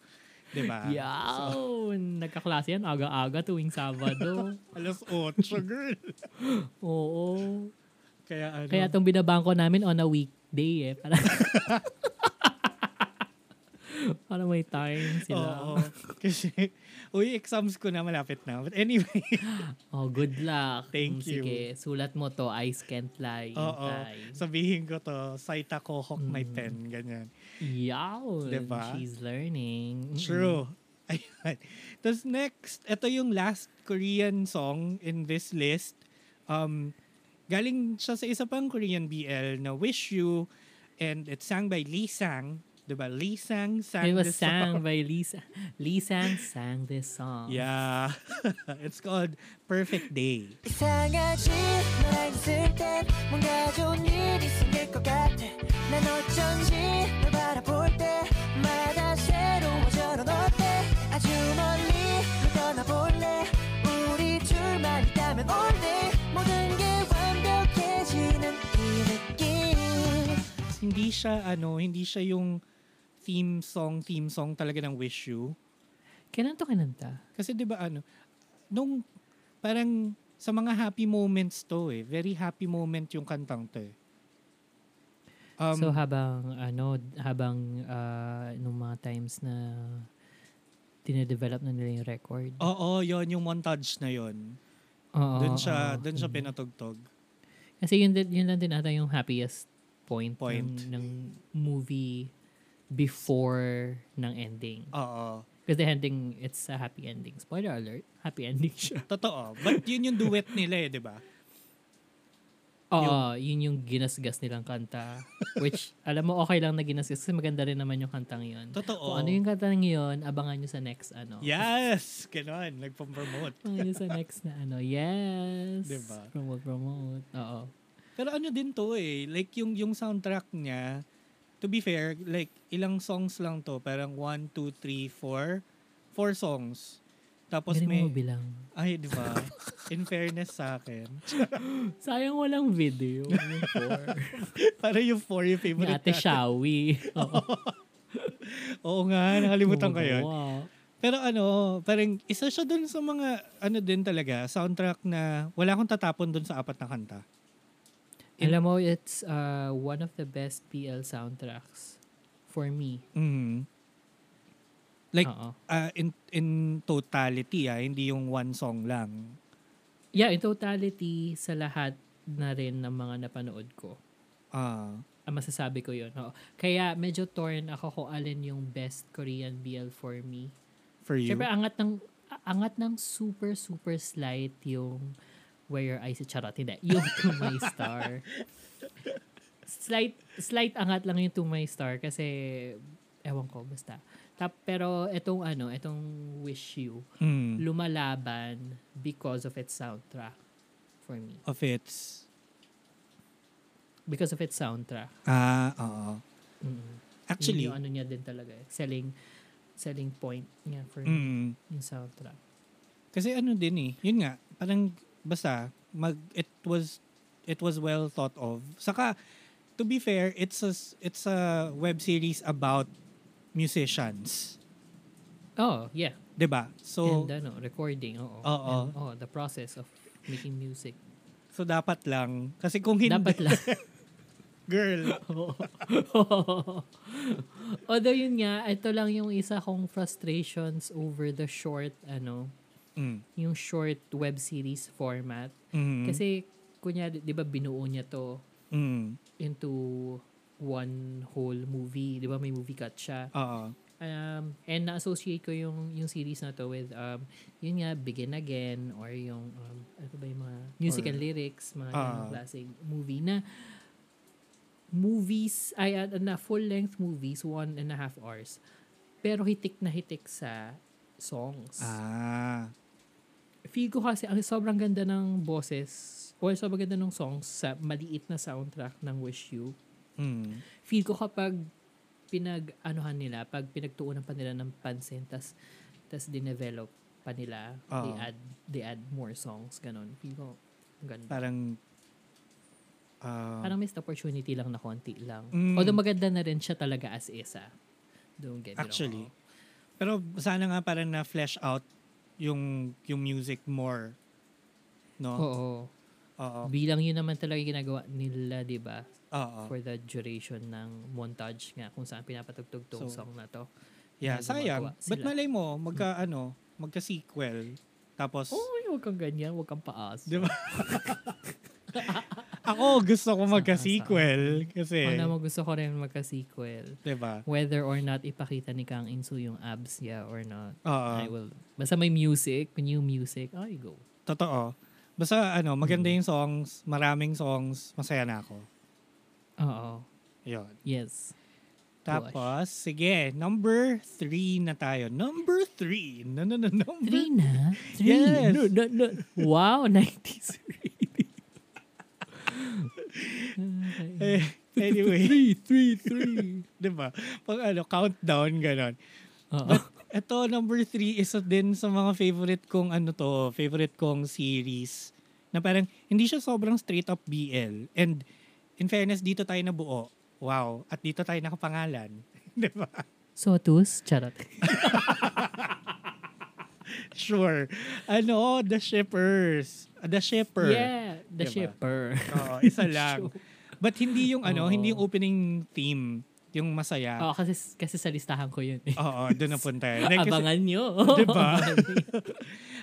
S1: 'Di ba?
S2: Yaw! Nagkaklase yan aga-aga tuwing Sabado.
S1: Alas 8, girl.
S2: Oo.
S1: Kaya ano,
S2: Kaya itong binabangko namin on a weekday eh. Para, para may time
S1: oo.
S2: sila.
S1: Kasi, uy, exams ko na malapit na. But anyway,
S2: Oh, good luck.
S1: Thank
S2: Mm, Sige, sulat mo to. Ice can't
S1: oo.
S2: lie. Hintay.
S1: Sabihin ko to, Saita Kohok my
S2: Mm.
S1: pen, ganyan.
S2: Yawn.
S1: Diba?
S2: She's learning. Mm-mm.
S1: True. Ayun. Tapos next, ito yung last Korean song in this list. Um, galing siya sa isa pang Korean BL na Wish You and it's sang by Lee Sang. Diba? Lee Sang sang
S2: It was
S1: this song.
S2: sang by Lisa. Lisa sang this song.
S1: Yeah. it's called Perfect Day.
S3: 이상하지 너랑 있을 땐 뭔가 좋은 일이 생길 것 같아 난 어쩐지 널 바라볼 때마다 새로워져 넌 어때 아주 멀리 널 떠나볼래 우리 둘만 있다면 all day 모든 게 완벽해지는 이 느낌
S1: Hindi siya ano, hindi siya yung theme song, theme song talaga ng Wish You.
S2: Kailan to kinanta?
S1: Kasi 'di ba ano, nung parang sa mga happy moments to eh, very happy moment yung kantang to eh. Um,
S2: so habang ano, habang ah, nung mga times na dinedevelop na nila yung record.
S1: oo, yon yung montage na yon.
S2: Oo,
S1: Doon siya,
S2: oo. mm.
S1: doon siya pinatugtog.
S2: Kasi yun, din- yun lang din ata yung happiest point,
S1: Point.
S2: Ng, ng movie before ng ending.
S1: Oo.
S2: Because the ending, it's a happy ending. Spoiler alert, happy ending siya.
S1: Totoo. But yun yung duet nila eh, 'di ba?
S2: Oo, yun yung ginasgas nilang kanta. Which, alam mo, okay lang na ginasgas kasi maganda rin naman yung kantang yun.
S1: Totoo.
S2: Kung ano yung kanta ng yun, abangan nyo sa next ano.
S1: Yes, ganun, nagpo-promote.
S2: Abangan nyo sa next na ano. Yes.
S1: Diba?
S2: Promote, promote. Oo.
S1: Pero ano din to eh, like yung yung soundtrack niya, to be fair, like ilang songs lang to, parang 1 2 3 4 four songs. Tapos
S2: Galing
S1: may
S2: mo bilang.
S1: Ay, di ba? In fairness sa akin.
S2: Sayang walang video. Yung four.
S1: Para yung for your
S2: Ni
S1: favorite.
S2: Ate Shawi. Oo.
S1: Oo nga, nakalimutan ko yun.
S2: Wow.
S1: Pero ano, parang isa siya dun sa mga, ano din talaga, soundtrack na wala akong tatapon dun sa apat na kanta.
S2: Alam mo, it's uh, one of the best PL soundtracks for me.
S1: Mhm. Like,
S2: Oo.
S1: ah, in, in totality, ah, hindi yung one song lang.
S2: Yeah, in totality, sa lahat na rin ng mga napanood ko.
S1: Ah,
S2: Ah, masasabi ko yun. Oo. Kaya medyo torn ako kung alin yung best Korean BL for me.
S1: for you.
S2: Siyempre, ah, angat ng, a- angat ng super, super slight yung where your eyes charot. Hindi, yung to my star. slight, slight angat lang yung to my star kasi ewan ko, basta. Tap, pero itong ano, itong Wish You,
S1: Mm.
S2: lumalaban because of its soundtrack for me.
S1: Of its,
S2: Because of its soundtrack.
S1: ah, oo.
S2: Mm.
S1: Actually,
S2: Yun yung ano niya din talaga eh. Selling, selling point niya for me.
S1: mm,
S2: Yung soundtrack.
S1: Kasi ano din eh, yun nga, parang basta mag it was it was well thought of. Saka to be fair, it's a s- it's a web series about musicians,
S2: Oh, yeah.
S1: 'di ba? So um,
S2: and ano, recording,
S1: Oo.
S2: oo. And, oo, the process of making music.
S1: so dapat lang kasi kung hindi
S2: Dapat lang.
S1: girl.
S2: Although yun nga, ito lang yung isa kong frustrations over the short, ano,
S1: Mm,
S2: yung short web series format.
S1: mm,
S2: Kasi, kunyari, di ba binuo niya to
S1: mm,
S2: into one whole movie. Di ba may movie cut siya?
S1: oo.
S2: Um, and na-associate ko yung, yung series na to with, um, yun nga, Begin Again, or yung, um, ano ba yung mga music
S1: Or-
S2: and lyrics, mga
S1: Ah.
S2: ganong klaseng movie na movies, ay, uh, na full-length movies, one and a half hours. Pero hitik na hitik sa songs.
S1: Ah.
S2: Feel ko kasi, ang sobrang ganda ng boses, or sobrang ganda ng songs sa maliit na soundtrack ng Wish You
S1: Mm.
S2: feel ko kapag pinag anuhan nila, pag pinagtuunan pa nila ng pansin, tas tas dinevelop pa nila, they
S1: Oo.
S2: add they add more songs, ganun. Feel ko ang ganda.
S1: Parang ah,
S2: Parang missed opportunity lang na konti lang.
S1: Mm.
S2: Although maganda na rin siya talaga as ah. isa. Don't get me wrong.
S1: Actually. pero sana nga parang na flesh out yung yung music more. No?
S2: Oo.
S1: Oo.
S2: Bilang yun naman talaga yung ginagawa nila, di ba?
S1: Oo.
S2: For the duration ng montage nga kung saan pinapatugtog tong
S1: So,
S2: song na to.
S1: Yeah,
S2: na
S1: sayang.
S2: gumagawa
S1: But
S2: sila. Hmm.
S1: malay mo, magka ano, magka-sequel. Tapos,
S2: Uy, huwag kang ganyan, huwag kang paas.
S1: Di ba? ako gusto ko magka-sequel
S2: Ano
S1: kasi, diba?
S2: naman gusto ko rin magka-sequel.
S1: di ba?
S2: Whether or not ipakita ni Kang Insu yung abs niya or not.
S1: Oo.
S2: I will. Basta may music, new music, I go.
S1: Totoo. Basta ano, maganda
S2: Hmm.
S1: yung songs, maraming songs, masaya na ako.
S2: Oo.
S1: Yun.
S2: Yes.
S1: Tapos, sige, number three na tayo. Number three. No, no, no, number
S2: Three na? Three?
S1: Yes.
S2: No, no, no. Wow, 90s really.
S1: Eh, anyway,
S2: Three, three, three.
S1: di ba? Pag ano, countdown, ganon.
S2: Oo.
S1: Ito, number three, isa din sa mga favorite kong ano to, favorite kong series. Na parang, hindi siya sobrang straight up BL. And, in fairness, dito tayo nabuo. Wow. At dito tayo nakapangalan. di ba?
S2: Sotus? Charot.
S1: Sure. Ano, The Shippers. The Shipper.
S2: Yeah,
S1: Diba?
S2: the shipper.
S1: Oo, isa lang. But hindi yung ano,
S2: Oo. Oh.
S1: hindi yung opening theme, yung masaya.
S2: Oo, kasi, kasi sa listahan ko yun. eh.
S1: Oo, doon napunta. yun. Like, Ah. kasi-
S2: Abangan nyo.
S1: Diba?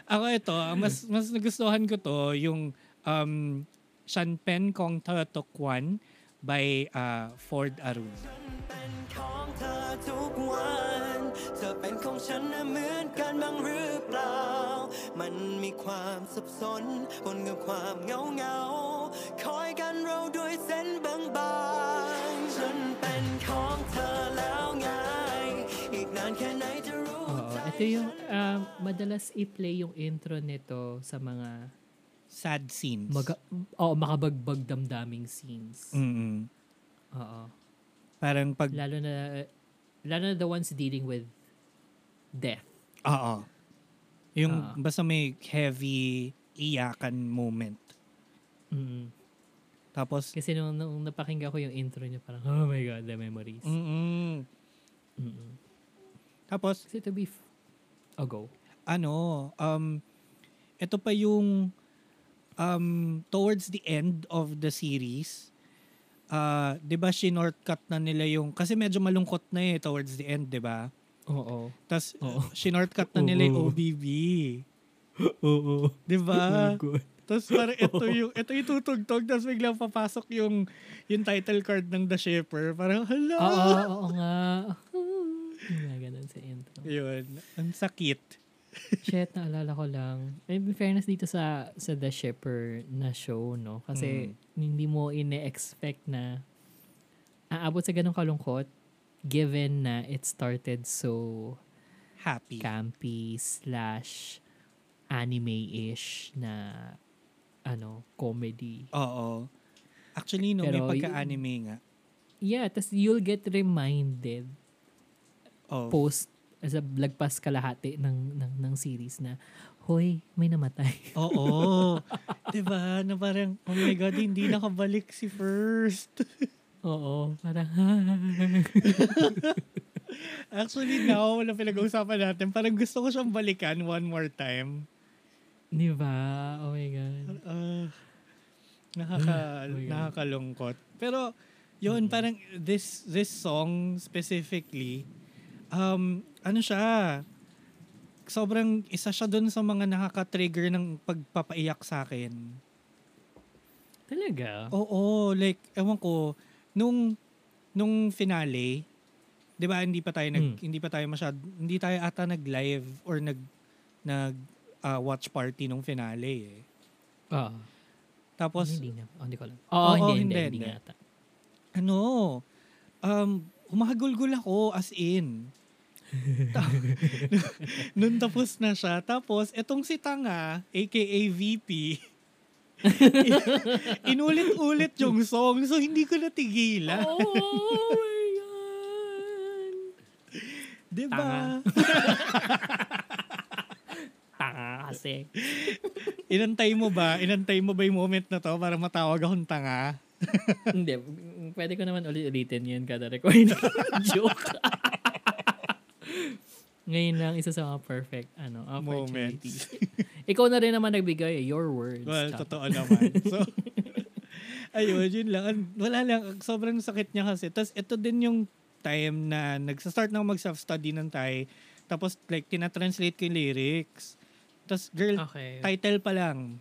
S1: ako ito, mas mas nagustuhan ko to yung um Shanpen Kong Ta Tokwan by uh, Ford Arun.
S4: ฉันเป็นของเธอทุกวัน เธอเป็นของฉันนะเหมือนกันบ้างหรือเปล่า มันมีความสับสนปนกับความเหงาเหงาๆคอยกันเราด้วยเส้นบางบางๆฉันเป็นของเธอแล้วไง อีกนานแค่ไหนจะรู้
S2: Oo,
S4: ใจ
S2: ito yung um, madalas i-play yung intro nito sa mga
S1: Sad scenes.
S2: maga, oh, makabagbag damdaming scenes.
S1: Mm-mm.
S2: Oo.
S1: Parang pag
S2: Lalo na lalo na the ones dealing with death.
S1: oo. Yung
S2: Ah.
S1: basta may heavy iyakan moment.
S2: Mm.
S1: Tapos
S2: Kasi nung, nung napakinggan ko yung intro niya parang oh my god, the memories.
S1: mm
S2: Mm-mm.
S1: Tapos
S2: Kasi to be f- oh, go.
S1: ano, um, ito pa yung um, towards the end of the series, uh, di ba sinortcut na nila yung, kasi medyo malungkot na eh towards the end, di ba?
S2: Oo.
S1: Tapos
S2: Oo.
S1: sinortcut na nila yung
S2: Oo.
S1: OBB.
S2: Oo. Oh
S1: Di ba?
S2: God.
S1: Tapos parang ito yung, ito yung tutugtog, tapos biglang papasok yung, yung title card ng The Shipper. Parang, hala!
S2: Oo, oo nga. Yung mga ganun sa intro.
S1: Yun, ang sakit.
S2: Shit, naalala ko lang. In fairness dito sa sa The Shipper na show, no? Kasi
S1: Mm.
S2: hindi mo ine-expect na aabot sa ganong kalungkot given na it started so
S1: Happy.
S2: campy slash anime-ish na ano, comedy.
S1: Oo. Actually, no,
S2: Pero
S1: may
S2: yun-
S1: pagka-anime nga.
S2: Yeah, tas you'll get reminded
S1: Oh.
S2: post as a lagpas kalahati ng, ng, ng series na, hoy, may namatay.
S1: Oo. 'Di ba? Na parang, oh my God, hindi nakabalik si First.
S2: Oo, parang,
S1: Actually, now, wala pinag-uusapan natin. Parang gusto ko siyang balikan one more time.
S2: Di ba? Oh my God.
S1: Ah, nakaka,
S2: Oh my God.
S1: nakakalungkot. Pero, yun, parang this this song specifically, um, ano siya, sobrang isa siya dun sa mga nakaka-trigger ng pagpapaiyak sa akin.
S2: Talaga?
S1: Oo, like, ewan ko, nung, nung finale, di ba, hindi pa tayo nag,
S2: Mm.
S1: hindi pa tayo masyad, hindi tayo ata nag-live or nag, nag, ah, watch party nung finale eh.
S2: Ah.
S1: Tapos,
S2: hindi na. Oh, hindi ko alam. Oo,
S1: Oo,
S2: hindi, hindi,
S1: hindi,
S2: hindi,
S1: hindi.
S2: nga ata.
S1: ano, um, humahagulgul ako, as in. Ta- Nung tapos na siya. Tapos, etong si Tanga, aka VP, inulit-ulit yung song. So, hindi ko natigilan.
S2: Oh my God!
S1: Diba?
S2: Tanga. Tanga kasi.
S1: Inantay mo ba? Inantay mo ba yung moment na to para matawag akong tanga?
S2: hindi, pwede ko naman ulit-ulitin yun kada record. Joke. Ngayon lang, isa sa mga perfect ano,
S1: Moments.
S2: opportunities. Ikaw na rin naman nagbigay eh, your words.
S1: Well,
S2: Chuck.
S1: totoo naman. So, ayun, yun lang. An- Wala lang. Sobrang sakit niya kasi. Tapos, ito din yung time na nagsastart na ako mag-self-study ng Thai. Tapos, like, tinatranslate ko yung lyrics. Tapos, girl,
S2: Ah, Okay.
S1: title pa lang.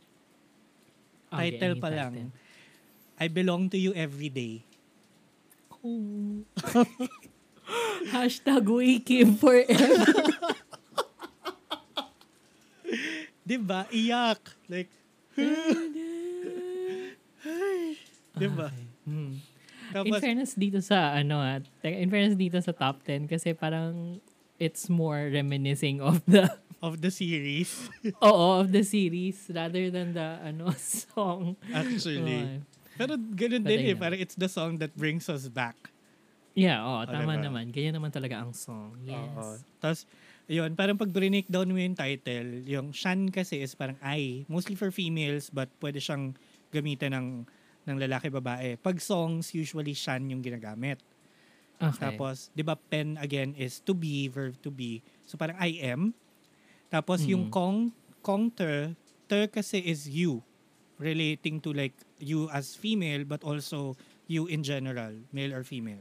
S2: Okay,
S1: title
S2: ano yung
S1: pa lang.
S2: title?
S1: I belong to you every day.
S2: Hashtag we Kim forever.
S1: 'Di ba? Iyak. Like, Ay, 'di ba?
S2: Hmm. In
S1: Tapos,
S2: fairness dito sa ano ah, te- in fairness dito sa top 10 kasi parang it's more reminiscing of the
S1: of the series,
S2: oo of the series rather than the ano song.
S1: actually.
S2: Oo.
S1: Pero ganun
S2: Patay
S1: din eh.
S2: na.
S1: Parang it's the song that brings us back.
S2: yeah, oh, tama
S1: diba?
S2: naman. Ganyan naman talaga ang song. Yes.
S1: Oo. Tapos, yun, parang pag breakdown mo yung title, yung shan kasi is parang I. Mostly for females, but pwede siyang gamitan ng, ng lalaki-babae. Pag songs, usually shan yung ginagamit.
S2: Okay.
S1: Tapos, di ba, pen again is to be, verb to be. So, parang I am. Tapos, yung
S2: Mm.
S1: kong, kong ter, ter kasi is you. Relating to like, you as female, but also you in general, male or female.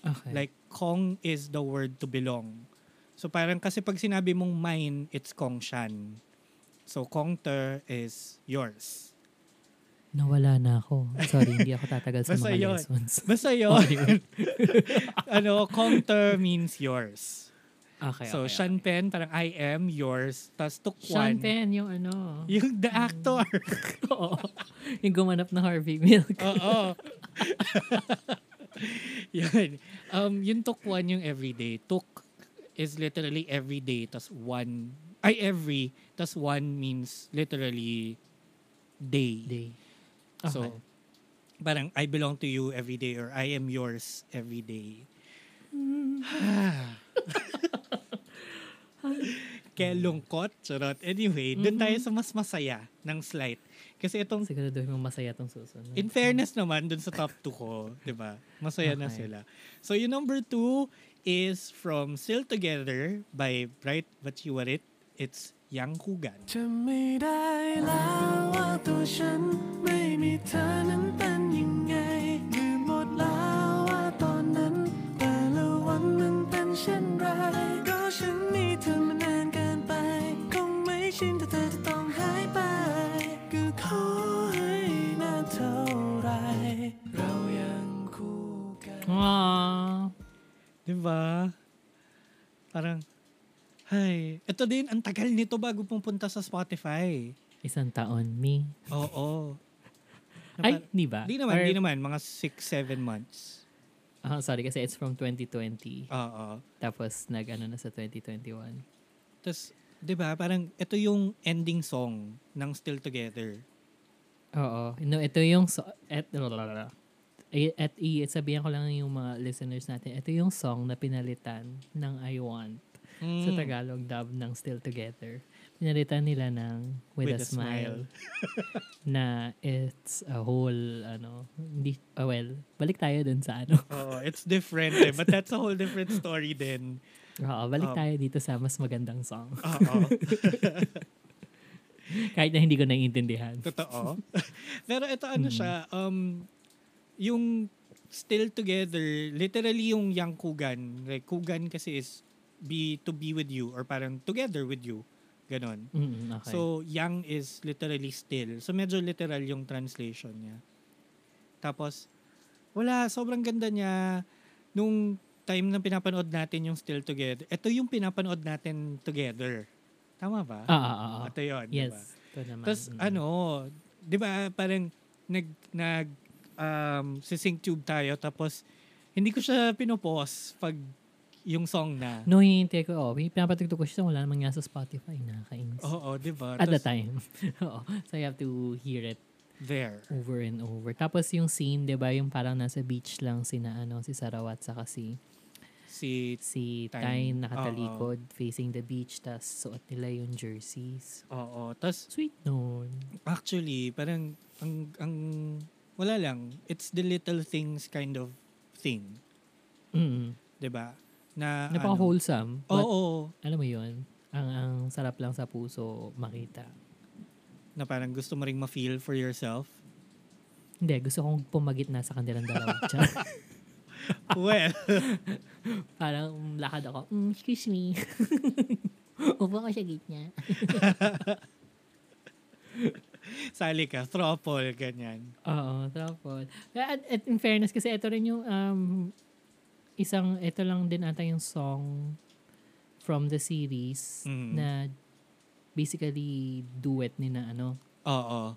S2: okay.
S1: Like, kong is the word to belong. So, parang kasi pag sinabi mong mine, it's kong shan. So, kong ter is yours.
S2: nawala na ako. Sorry, hindi ako tatagal sa
S1: Basta
S2: mga
S1: yun.
S2: lessons.
S1: Basta yun.
S2: Oh, yun.
S1: ano, kong ter means yours.
S2: Okay,
S1: so,
S2: okay,
S1: Sean
S2: okay.
S1: Penn, parang I am yours. Tapos Tukwan.
S2: Sean Penn, yung ano.
S1: Yung the actor.
S2: Oo. yung gumanap na Harvey Milk.
S1: Oh. Oo. yun. Um, yung Tukwan yung everyday. Tuk is literally everyday. Tapos one. Ay, every. Tapos one means literally day.
S2: Day.
S1: So,
S2: Okay.
S1: parang I belong to you every day or I am yours every day. Kaya lungkot, charot. Anyway, dun tayo
S2: Mm-hmm.
S1: sa mas masaya ng slide. Kasi itong,
S2: Siguraduhin mo masaya tong susunod.
S1: in fairness naman, dun sa top 2 ko, di ba? Masaya na
S2: Okay.
S1: sila. So, yung number 2 is from Still Together by Bright Bachiwarit. It's Yang Hugan.
S4: จำไม่ได้แล้วว่าตัวฉันไม่มีเธอนั้นเป็นยังไงลืมหมดแล้วว่าตอนนั้น แต่ละวันมันเป็นเช่นไรก็ฉันมีเธอมานานเกินไปคงไม่ชินถ้าเธอจะต้องหายไป ก็ขอให้นานเท่าไร เรายังคู่กัน
S2: Aww.
S1: Di ba? Parang, ay, ito din, ang tagal nito bago pumunta sa Spotify.
S2: Isang taon, me.
S1: Oo.
S2: Ay, di ba?
S1: Di naman,
S2: Or-
S1: di naman. Mga 6-7 months.
S2: Ah, sorry, kasi it's from 2020.
S1: Oo.
S2: Tapos nag-ano na sa 2021.
S1: Tapos, di ba, parang ito yung ending song ng Still Together.
S2: Oo. No, ito yung... So- et, I- at i, sabihan ko lang yung mga listeners natin, ito yung song na pinalitan ng I Want Hmm.
S1: Mm.
S2: sa Tagalog dub ng Still Together. Pinalitan nila ng With, a, smile. na it's a whole ano hindi ah, well balik tayo dun sa ano
S1: Oo, it's different eh. But that's a whole different story din.
S2: Oo, balik
S1: Um,
S2: tayo dito sa mas magandang song
S1: Oo.
S2: kahit na hindi ko naiintindihan
S1: Totoo. Pero ito ano
S2: Hmm.
S1: siya, um, yung still together, literally yung yang kugan, like kugan kasi is be to be with you or parang together with you. Ganon.
S2: Mm, okay.
S1: So, yang is literally still. So, medyo literal yung translation niya. Tapos, wala, sobrang ganda niya. Nung time na pinapanood natin yung Still Together, ito yung pinapanood natin together. Tama ba?
S2: ah, ah, ah, ah.
S1: Ito yun, di
S2: yes
S1: ba?
S2: ito naman
S1: Tapos
S2: Mm.
S1: ano, 'di ba parang nag nag um sisync tube tayo tapos hindi ko siya pinopause pag yung song na.
S2: no hinihintay ko oh pinapatugtog ko siya wala namang nga sa Spotify nakakainis
S1: Oo, 'di ba?
S2: at the
S1: Tapos,
S2: time Oo. so you have to hear it
S1: There.
S2: over and over tapos yung scene 'di ba yung parang nasa beach lang sina ano si Sarawat saka si
S1: Si
S2: si
S1: Tyne.
S2: Tyne nakatalikod facing the beach tas suot nila yung jerseys
S1: Oo, tapos
S2: Sweet noon.
S1: actually parang ang ang wala lang, it's the little things kind of thing,
S2: Mm.
S1: 'di ba? Na ano-
S2: Napaka-wholesome.
S1: Oo,
S2: But, alam mo yun, ang, ang sarap lang sa puso makita.
S1: Na parang gusto mo ring ma-feel for yourself?
S2: Hindi, gusto kong pumagit na sa kanilang dalawa. Tsaka,
S1: Well,
S2: parang mm, lakad ako, mm, excuse me. Upo ako sa gitna.
S1: sali ka, throuple, ganyan.
S2: Oo, tapos. At, at in fairness, kasi ito rin yung um, isang, ito lang din ata yung song from the series
S1: Mhm.
S2: na basically duet ni na ano,
S1: Oo.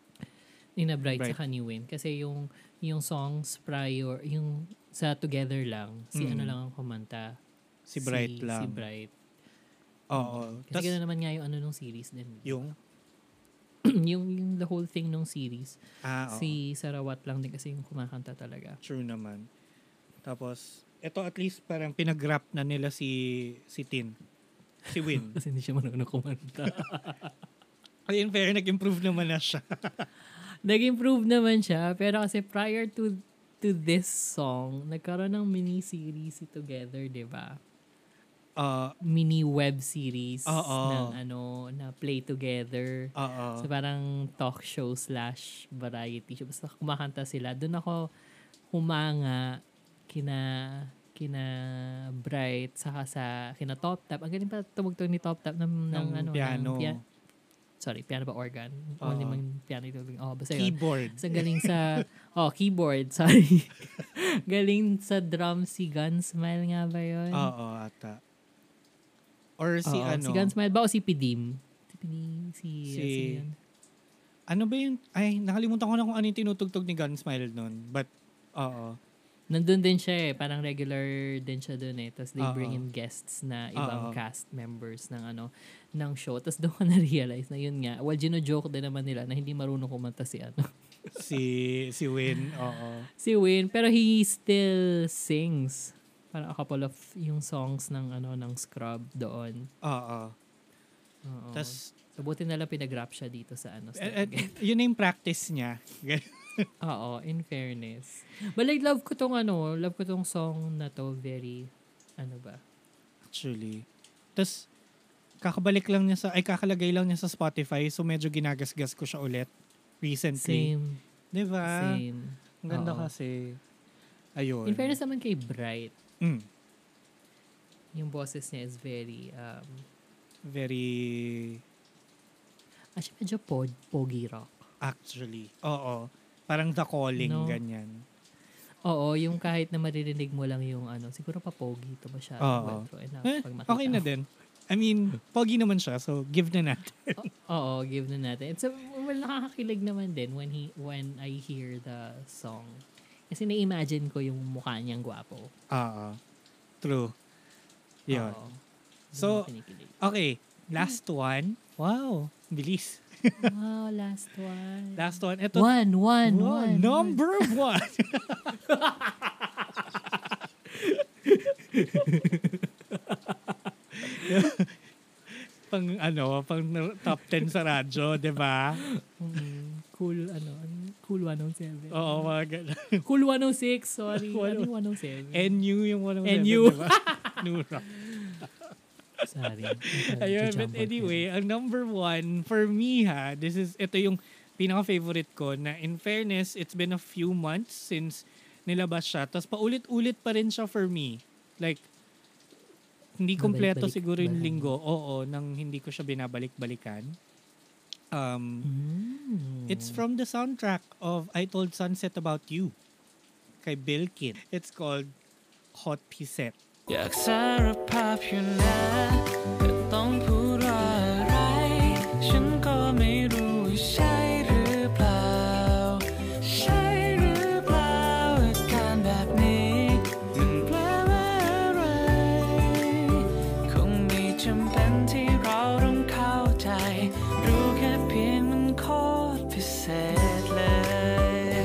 S2: ni na Bright,
S1: Bright.
S2: sa ni Win. Kasi yung, yung songs prior, yung sa Together lang, si
S1: Mhm.
S2: ano lang ang kumanta.
S1: Si Bright lang.
S2: Si Bright.
S1: Oo.
S2: Kasi
S1: Tas
S2: gano'n naman nga yung ano nung series din.
S1: yung,
S2: yung, yung the whole thing nung series.
S1: ah, oo.
S2: Si Sarawat lang din kasi yung kumakanta talaga.
S1: True naman. Tapos, ito at least parang pinag-rap na nila si si Tin. Si Win.
S2: Kasi hindi siya marunong kumanta.
S1: Ay, in fair, nag-improve naman na siya.
S2: Nag-improve naman siya, pero kasi prior to to this song, nagkaroon ng mini-series si Together, di ba?
S1: Oo.
S2: Mini-web series
S1: Oo.
S2: ng ano, na Play Together.
S1: Oo.
S2: So parang talk show slash variety show. Basta kumakanta sila. Doon ako humanga kina kina Bright saka sa kina Top Tap. Ang galing pa tumugtog ni Top Tap ng, ng,
S1: Ng
S2: ano,
S1: piano.
S2: Ng pia- Sorry, piano ba organ?
S1: Oo.
S2: Only man piano ito. Oh, basta yun.
S1: Keyboard.
S2: Sa galing sa, oh, keyboard, sorry. galing sa drum si Gunsmile nga ba yun?
S1: Oo, ata. Or si
S2: Oo,
S1: ano.
S2: Ah, Si Gunsmile ba o si Pidim? Si Pidim, si, si,
S1: Si-
S2: yun.
S1: ano ba yung, ay, nakalimutan ko na kung ano yung tinutugtog ni Gunsmile nun. But, oo.
S2: Nandun din siya eh. Parang regular din siya dun eh. Tapos they
S1: Oo.
S2: bring in guests na ibang
S1: Oo.
S2: cast members ng ano ng show. Tapos doon ko na-realize na yun nga. Well, gino-joke din naman nila na hindi marunong kumanta si ano.
S1: Si, si Win, oo.
S2: si Win. Pero he still sings. Parang a couple of yung songs ng ano ng Scrub doon.
S1: Oo.
S2: Oo.
S1: Tapos,
S2: so, buti na lang pinag-rap siya dito sa ano. sa-
S1: eh, eh, yun na yung practice niya.
S2: Oo, in fairness. But like, love ko tong ano, love ko tong song na to. Very, ano ba?
S1: Actually. Tapos, kakabalik lang niya sa, ay kakalagay lang niya sa Spotify. So, medyo ginagasgas ko siya ulit recently.
S2: Same.
S1: Di ba?
S2: Same.
S1: Ang ganda
S2: Oo.
S1: kasi. Ayun.
S2: In fairness naman kay Bright,
S1: Mm.
S2: yung boses niya is very, um,
S1: Very,
S2: actually medyo pod, pogi rock.
S1: actually. Oo. Parang the calling,
S2: No.
S1: ganyan.
S2: Oo, yung kahit na maririnig mo lang yung ano, siguro pa pogi to masyado.
S1: Oo.
S2: well, true enough,
S1: Eh,
S2: Ah, pag makita
S1: okay na
S2: mo.
S1: din. I mean, pogi naman siya, so give na natin.
S2: Oo, give na natin. It's a, well, nakakakilig naman din when, he, when I hear the song. Kasi na-imagine ko yung mukha niyang gwapo.
S1: Oo. True. Yun.
S2: Oo, yun
S1: So,
S2: ang kinikilig.
S1: Okay. Last one. Wow. Bilis.
S2: wow, last one.
S1: Last one. Ito.
S2: one, one,
S1: Wow,
S2: one.
S1: Number one. pang ano, pang top 10 sa radyo, di ba?
S2: Mm, cool, ano, cool 107.
S1: Oo, mga ganun.
S2: Cool 106, sorry.
S1: Oh. One- oh- Eh,
S2: Ano yung 107?
S1: NU yung walang
S2: NU.
S1: diba? New Rock.
S2: sorry.
S1: Ayun, but anyway, ang number one, for me ha, this is, ito yung pinaka-favorite ko na in fairness, it's been a few months since nilabas siya. Tapos paulit-ulit pa rin siya for me. Like, hindi kompleto
S2: Babalik-balik
S1: siguro yung
S2: ba?
S1: linggo. Oo, nang hindi ko siya binabalik-balikan. Um,
S2: Hmm.
S1: It's from the soundtrack of I Told Sunset About You kay Bilkin. It's called Hot Pisset.
S4: อยากสารภาพอยู่นะแต่ต้องพูดว่าอะไร ฉันก็ไม่รู้ว่าใช่หรือเปล่า ใช่หรือเปล่าอาการแบบนี้มันแปลว่าอะไร คงไม่จำเป็นที่เราต้องเข้าใจ รู้แค่เพียงมันโคตรพิเศษเลย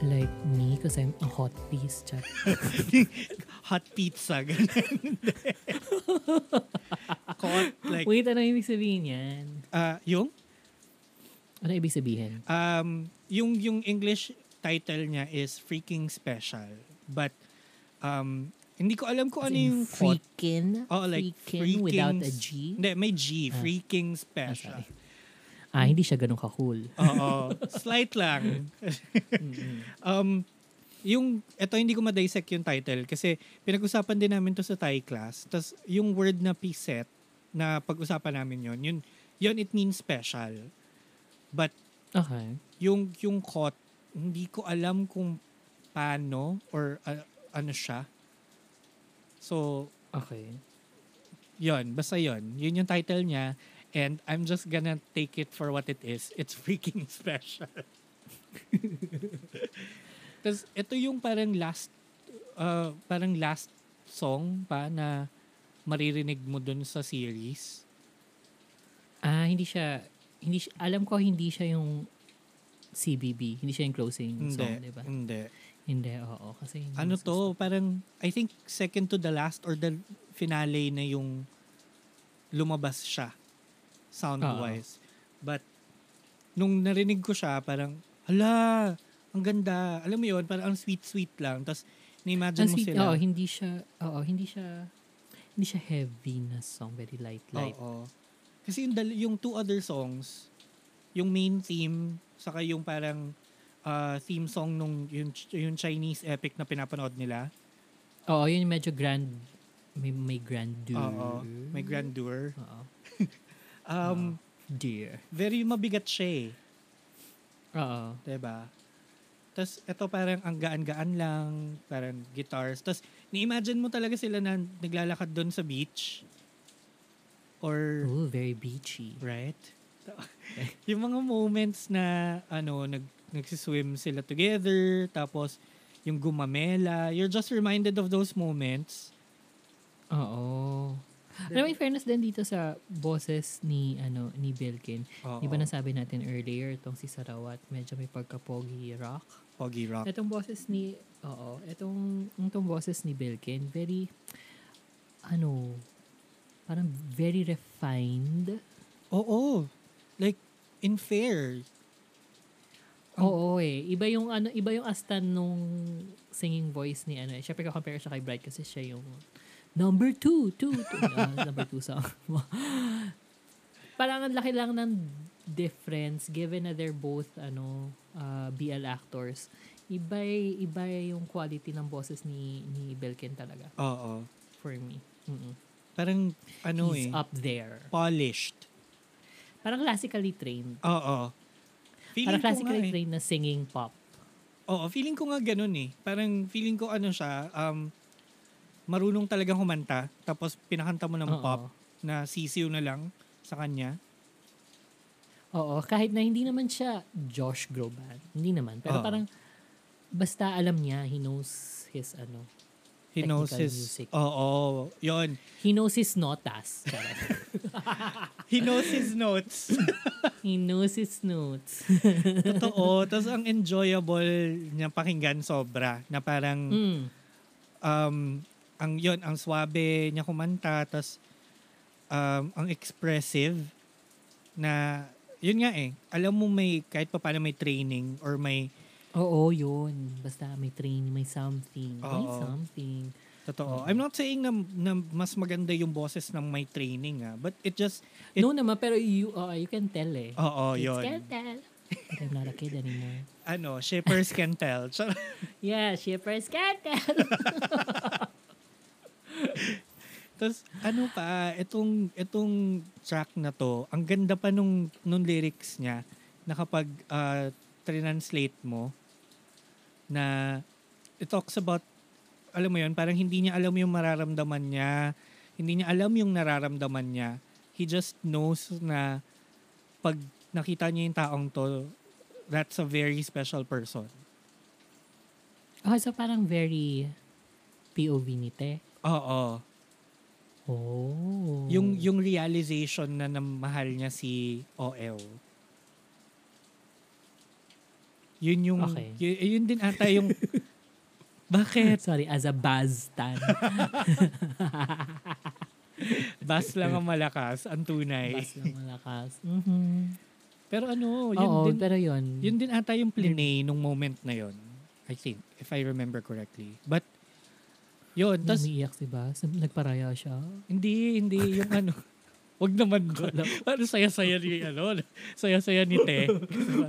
S2: Like me, because I'm a hot piece, chat.
S1: Hot pizza. Ganun. Hot, like,
S2: Wait, ano ibig sabihin yan?
S1: ah, yung,
S2: Ano ibig sabihin?
S1: um, yung, yung English title niya is Freaking Special. But, um, Hindi ko alam kung
S2: As
S1: ano
S2: in
S1: yung quote.
S2: freaking?
S1: Oh, like
S2: freaking without a
S1: freaking's-
S2: G?
S1: Hindi, may
S2: Ah.
S1: G. Freaking special.
S2: sorry. Ah, hindi siya ganun ka-cool.
S1: Oo. Slight lang. um, yung, eto hindi ko ma-dissect yung title kasi pinag-usapan din namin to sa Thai class. Tapos yung word na piset na pag-usapan namin yun, yun, yun it means special. But
S2: Okay.
S1: yung, yung caught, hindi ko alam kung paano or uh, ano siya. So,
S2: Okay.
S1: yun, basta yun. Yun yung title niya. And I'm just gonna take it for what it is. It's freaking special. Tapos, ito yung parang last, uh, parang last song pa na maririnig mo dun sa series.
S2: Ah, hindi siya, hindi siya, alam ko hindi siya yung CBB. Hindi siya yung closing song,
S1: Hindi,
S2: di ba?
S1: hindi.
S2: Hindi, oo. Kasi hindi
S1: Ano
S2: mas-
S1: to, parang, I think second to the last or the finale na yung lumabas siya sound-wise.
S2: Ah.
S1: But, nung narinig ko siya, parang, hala, ang ganda. Alam mo yun, parang ang sweet-sweet lang. Tapos,
S2: Ang
S1: na-imagine mo
S2: sweet,
S1: sila.
S2: Ah, oo, hindi siya, oo, hindi siya, hindi siya heavy na song. Very light, light.
S1: Oo. Kasi yung, dal- yung two other songs, yung main theme, saka yung parang uh, theme song nung yung, yung Chinese epic na pinapanood nila.
S2: Oo, yun yung medyo grand, may, may grandeur.
S1: Oo. May grandeur.
S2: Oo.
S1: Um,
S2: Dear.
S1: very mabigat siya eh.
S2: Oo.
S1: Diba? Tapos ito parang ang gaan-gaan lang, parang guitars. Tapos ni-imagine mo talaga sila na naglalakad doon sa beach. Or,
S2: Ooh, very beachy.
S1: right? yung mga moments na ano, nag, nagsiswim sila together, tapos yung gumamela, you're just reminded of those moments.
S2: Oo. Alam mo, in fairness din dito sa boses ni ano ni Belkin,
S1: Oo.
S2: di ba nasabi natin earlier, itong si Sarawat, medyo may pagka-pogi rock.
S1: Pogi rock.
S2: Itong boses ni, oo, itong, itong boses ni Belkin, very, ano, parang very refined.
S1: Oo. Like, in fair.
S2: Oo eh. Iba yung ano, iba yung astan nung singing voice ni ano. eh. Syempre compare siya kay Bright kasi siya yung number two, two, two. Ah, number two song. Parang ang laki lang ng difference given na they're both ano ah, BL actors. Iba iba yung quality ng boses ni ni Belkin talaga
S1: Oo.
S2: for me. Mm-mm.
S1: Parang, ano eh,
S2: He's up there.
S1: polished.
S2: Parang classically trained.
S1: Oo. Feeling
S2: Parang
S1: ko nga
S2: classically
S1: eh.
S2: trained na singing pop.
S1: Oo, feeling ko nga ganun eh. Parang feeling ko ano siya, um, marunong talagang humanta. Tapos pinakanta mo ng
S2: Oo.
S1: pop na sisiw na lang sa kanya.
S2: Oo, kahit na hindi naman siya Josh Groban. Hindi naman. Pero
S1: Oo.
S2: parang, basta alam niya, he knows his ano.
S1: He
S2: Technical
S1: knows his...
S2: music.
S1: Oo, yun.
S2: He knows his notas. Charot.
S1: He knows his notes.
S2: he knows his notes.
S1: Totoo. Tapos ang enjoyable niya pakinggan sobra. Na parang,
S2: Mm.
S1: um, ang yun, ang swabe niya kumanta. Tapos, um, ang expressive na, yun nga eh. Alam mo may, kahit pa paano may training or may
S2: Oo, yun. Basta may train, may something. May
S1: Oo.
S2: something.
S1: Totoo. I'm not saying na, na mas maganda yung boses ng may training ah, but it just It-
S2: no naman, pero you, oo, you can tell eh.
S1: oo,
S2: Kids
S1: yun.
S2: can tell. But I'm not a kid anymore.
S1: Ano, shippers can tell. Char-
S2: Yeah, shippers can tell.
S1: Tapos ano pa, itong itong track na to, ang ganda pa nung nung lyrics niya na kapag ah, translate mo na it talks about alam mo yun, parang hindi niya alam yung mararamdaman niya, hindi niya alam yung nararamdaman niya. He just knows na pag nakita niya yung taong to, that's a very special person.
S2: oh, so parang very POV ni Te.
S1: Oo.
S2: Oh.
S1: Yung yung realization na namahal niya si OL. Yun yung
S2: Okay.
S1: y- yun din ata yung bakit
S2: Sorry, as a Baz Tan.
S1: bas lang ang malakas, ang tunay.
S2: Baz lang malakas. Mhm.
S1: Pero ano, yun
S2: Oo,
S1: din
S2: pero yun.
S1: yun din ata yung plinay nung moment na yun. I think if I remember correctly. But Yun, tas
S2: Umiiyak si Bass. Nagparaya siya.
S1: hindi, hindi, yung ano, wag naman doon. Ano saya-saya ni, ano, saya-saya ni Te.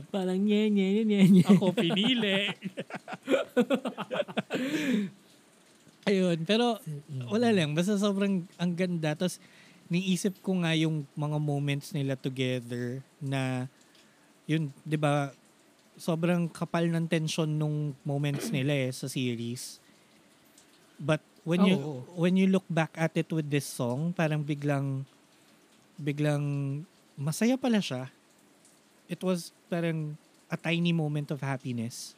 S2: Parang nye, nye, nye, nye, nye.
S1: Ako pinili. Ayun, pero wala lang. Basta sobrang ang ganda. Tapos niisip ko nga yung mga moments nila together na yun, di ba, sobrang kapal ng tension nung moments nila eh, sa series. But when you
S2: Oo.
S1: when you look back at it with this song, parang biglang biglang masaya pala siya. It was parang a tiny moment of happiness.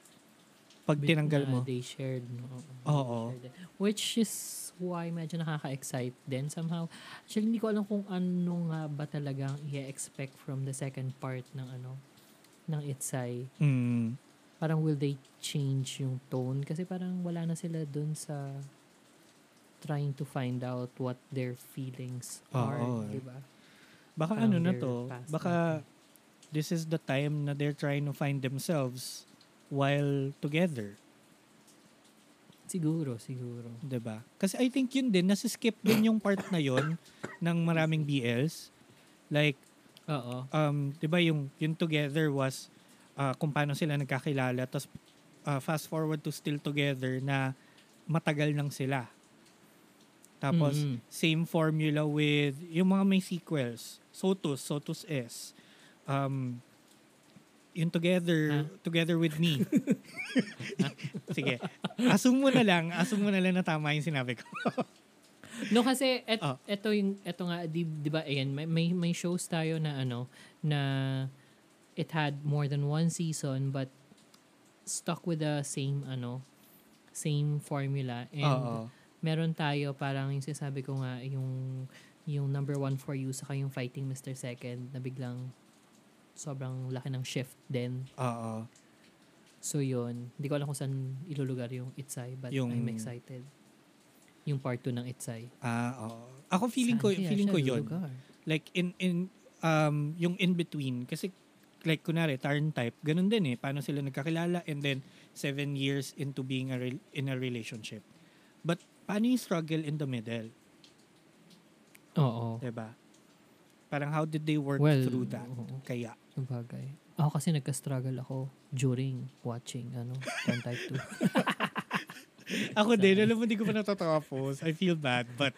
S1: Pag tinanggal
S2: Na
S1: mo.
S2: They shared. No?
S1: Oo.
S2: They shared it. Which is why medyo nakaka-excite din somehow. Actually, hindi ko alam kung ano nga ba talagang i-expect from the second part ng ano ng Itzai.
S1: Mm.
S2: Parang will they change yung tone? Kasi parang wala na sila dun sa trying to find out what their feelings are. diba?
S1: Oo. eh.
S2: di ba?
S1: Baka
S2: Parang
S1: ano na
S2: their
S1: to,
S2: past
S1: baka this is the time na they're trying to find themselves while together,
S2: Siguro, siguro.
S1: 'di ba? Kasi I think yun din nasiskip din yung part na yun ng maraming BLs. Like
S2: Oo.
S1: um 'di ba yung yung together was ah, kung paano sila nagkakilala tapos ah, fast forward to still together na matagal nang sila. Tapos
S2: Mm-mm.
S1: same formula with yung mga may sequels, Sotus, Sotus S. Um yung together
S2: Ah.
S1: together with me. Sige. Assume mo na lang, assume mo na lang na tama yung sinabi ko.
S2: No kasi et,
S1: Ah.
S2: eto yung eto nga di, di ba ayan may, may may shows tayo na ano na it had more than one season but stuck with the same ano same formula and
S1: Oo.
S2: meron tayo parang yung sinasabi ko nga yung yung number one for you saka yung fighting Mr. Second na biglang sobrang laki ng shift din.
S1: Oo.
S2: So yun, hindi ko alam kung saan ilulugar yung Itzai but
S1: Yung-
S2: I'm excited. Yung part 2 ng Itzai.
S1: Ah, oo. Ako feeling ko
S2: Saan kaya
S1: feeling
S2: siya
S1: ko yun.
S2: lulugar?
S1: like in in um yung in between kasi like kunwari turn type ganun din eh paano sila nagkakilala and then seven years into being a rel- in a relationship but paano yung struggle in the middle
S2: Oo.
S1: 'di ba parang how did they work
S2: Well,
S1: through that
S2: oo.
S1: kaya
S2: Yung bagay. Ako kasi nagka-struggle ako during watching, ano, Turn Type 2.
S1: ako din alam mo hindi ko pa natatapos I feel bad but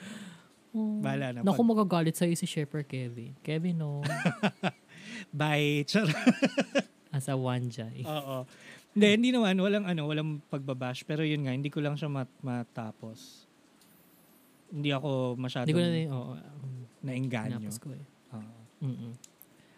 S2: Oh.
S1: Bahala na.
S2: Naku,
S1: Pag-
S2: magagalit sa'yo si Shepard Kevin. Kevin, no.
S1: bye Char-
S2: As a wanjay.
S1: oo hindi hindi naman walang ano walang pagbabash pero yun nga hindi ko lang siya mat- matapos hindi ako masyadong
S2: Hindi ko na rin, oo. um,
S1: naengganyo.
S2: Tinapos ko eh.
S1: Oo.
S2: Mm-mm.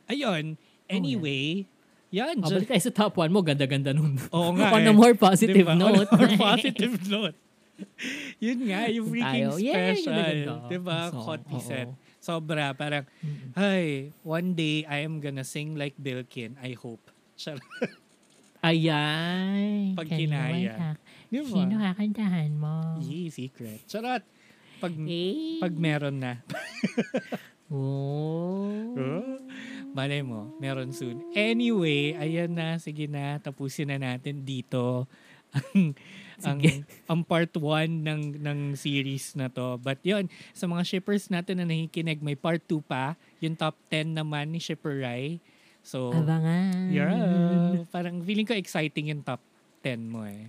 S1: Ayun. Anyway, yan.
S2: Ah,
S1: dyan-
S2: balik tayo sa top 1 mo. Ganda-ganda nun.
S1: Oo nga
S2: On
S1: eh.
S2: a more positive
S1: Diba?
S2: note.
S1: On a more positive note. Yun nga, yung freaking
S2: Tayo. Yeah,
S1: special.
S2: ganda-ganda.
S1: diba?
S2: So,
S1: Coty
S2: oo.
S1: set. Sobra. Parang, ay, one day I am gonna sing like Bilkin. I hope. Char-
S2: Ayay.
S1: Pag
S2: Kanino
S1: kinaya.
S2: ka?
S1: Diba?
S2: Sino kakantahan mo?
S1: Yee, secret. Charot. Pag,
S2: Eh.
S1: pag meron na.
S2: Oh.
S1: Malay mo, meron soon. Anyway, ayan na, sige na, tapusin na natin dito ang ang, ang part 1 ng ng series na to. But 'yon, sa mga shippers natin na nakikinig, may part 2 pa, yung top 10 naman ni Shipper Rai. So,
S2: Abangan.
S1: yeah, parang feeling ko exciting yung top 10 mo eh.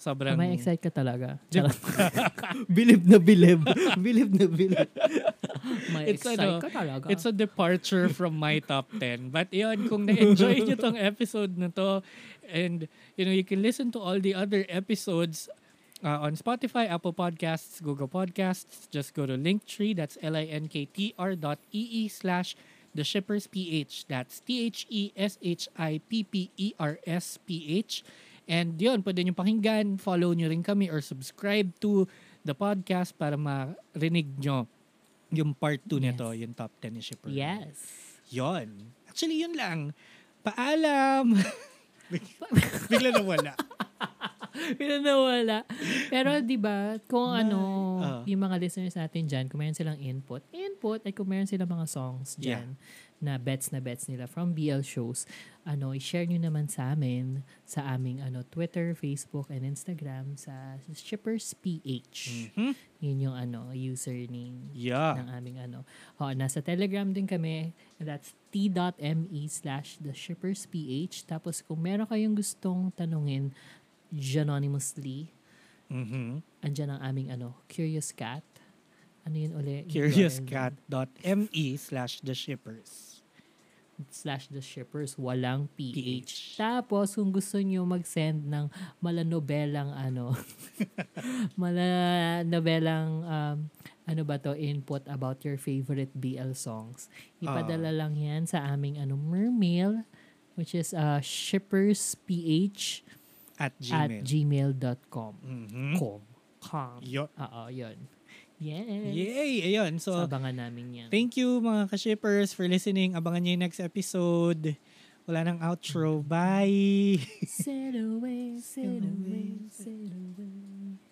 S1: Sobrang
S2: May excite ka talaga. Charot.
S5: Bilib na bilib. bilib na bilib.
S2: May
S1: It's
S2: excite
S1: ano,
S2: ka talaga.
S1: It's a departure from my top 10. But yun, kung na-enjoy nyo tong episode na to, and you know, you can listen to all the other episodes uh, on Spotify, Apple Podcasts, Google Podcasts. Just go to Linktree, that's L-I-N-K-T-R dot E-E slash The Shippers PH. That's E T-H-E-S-H-I-P-P-E-R-S P-H. And yun, pwede nyo pakinggan, follow nyo rin kami or subscribe to the podcast para marinig nyo yung part 2 nito, yung top 10 ni Shipper.
S2: yes.
S1: Yun. Actually, yun lang. Paalam! Big- Bigla na wala.
S2: Pero nawala. Pero di ba, kung ano,
S1: Ah.
S2: yung mga listeners natin dyan, kung mayroon silang input, input input at kung meron silang mga songs
S1: Yeah.
S2: dyan na bets na bets nila from BL shows, ano, i-share nyo naman sa amin sa aming ano, Twitter, Facebook, and Instagram sa Shippers PH.
S1: Mhm.
S2: Yun yung ano, username ng
S1: Yeah.
S2: aming ano. O, nasa Telegram din kami. That's t.me slash the shippers ph. Tapos kung meron kayong gustong tanungin anonymously,
S1: Mhm.
S2: andyan ang aming ano, Curious Cat. Ano yun uli? Yun.
S1: Curiouscat.me E slash the shippers.
S2: Slash the shippers. Walang ph.
S1: PH.
S2: Tapos kung gusto nyo mag-send ng malanobelang ano, malanobelang um, ano ba to, input about your favorite BL songs.
S1: Ah.
S2: Ipadala lang yan sa aming ano, mermail, which is uh, shippersph
S1: At
S2: at
S1: Gmail.
S2: gmail.com.
S1: Mhm.
S2: Com. Com.
S1: Yo.
S2: Oo, yun. Yes.
S1: Yay! Ayun.
S2: So,
S1: So,
S2: abangan namin yan.
S1: Thank you mga ka-shippers for listening. Abangan nyo yung next episode. Wala nang outro. Bye!
S2: Sail away, sail away, sail away.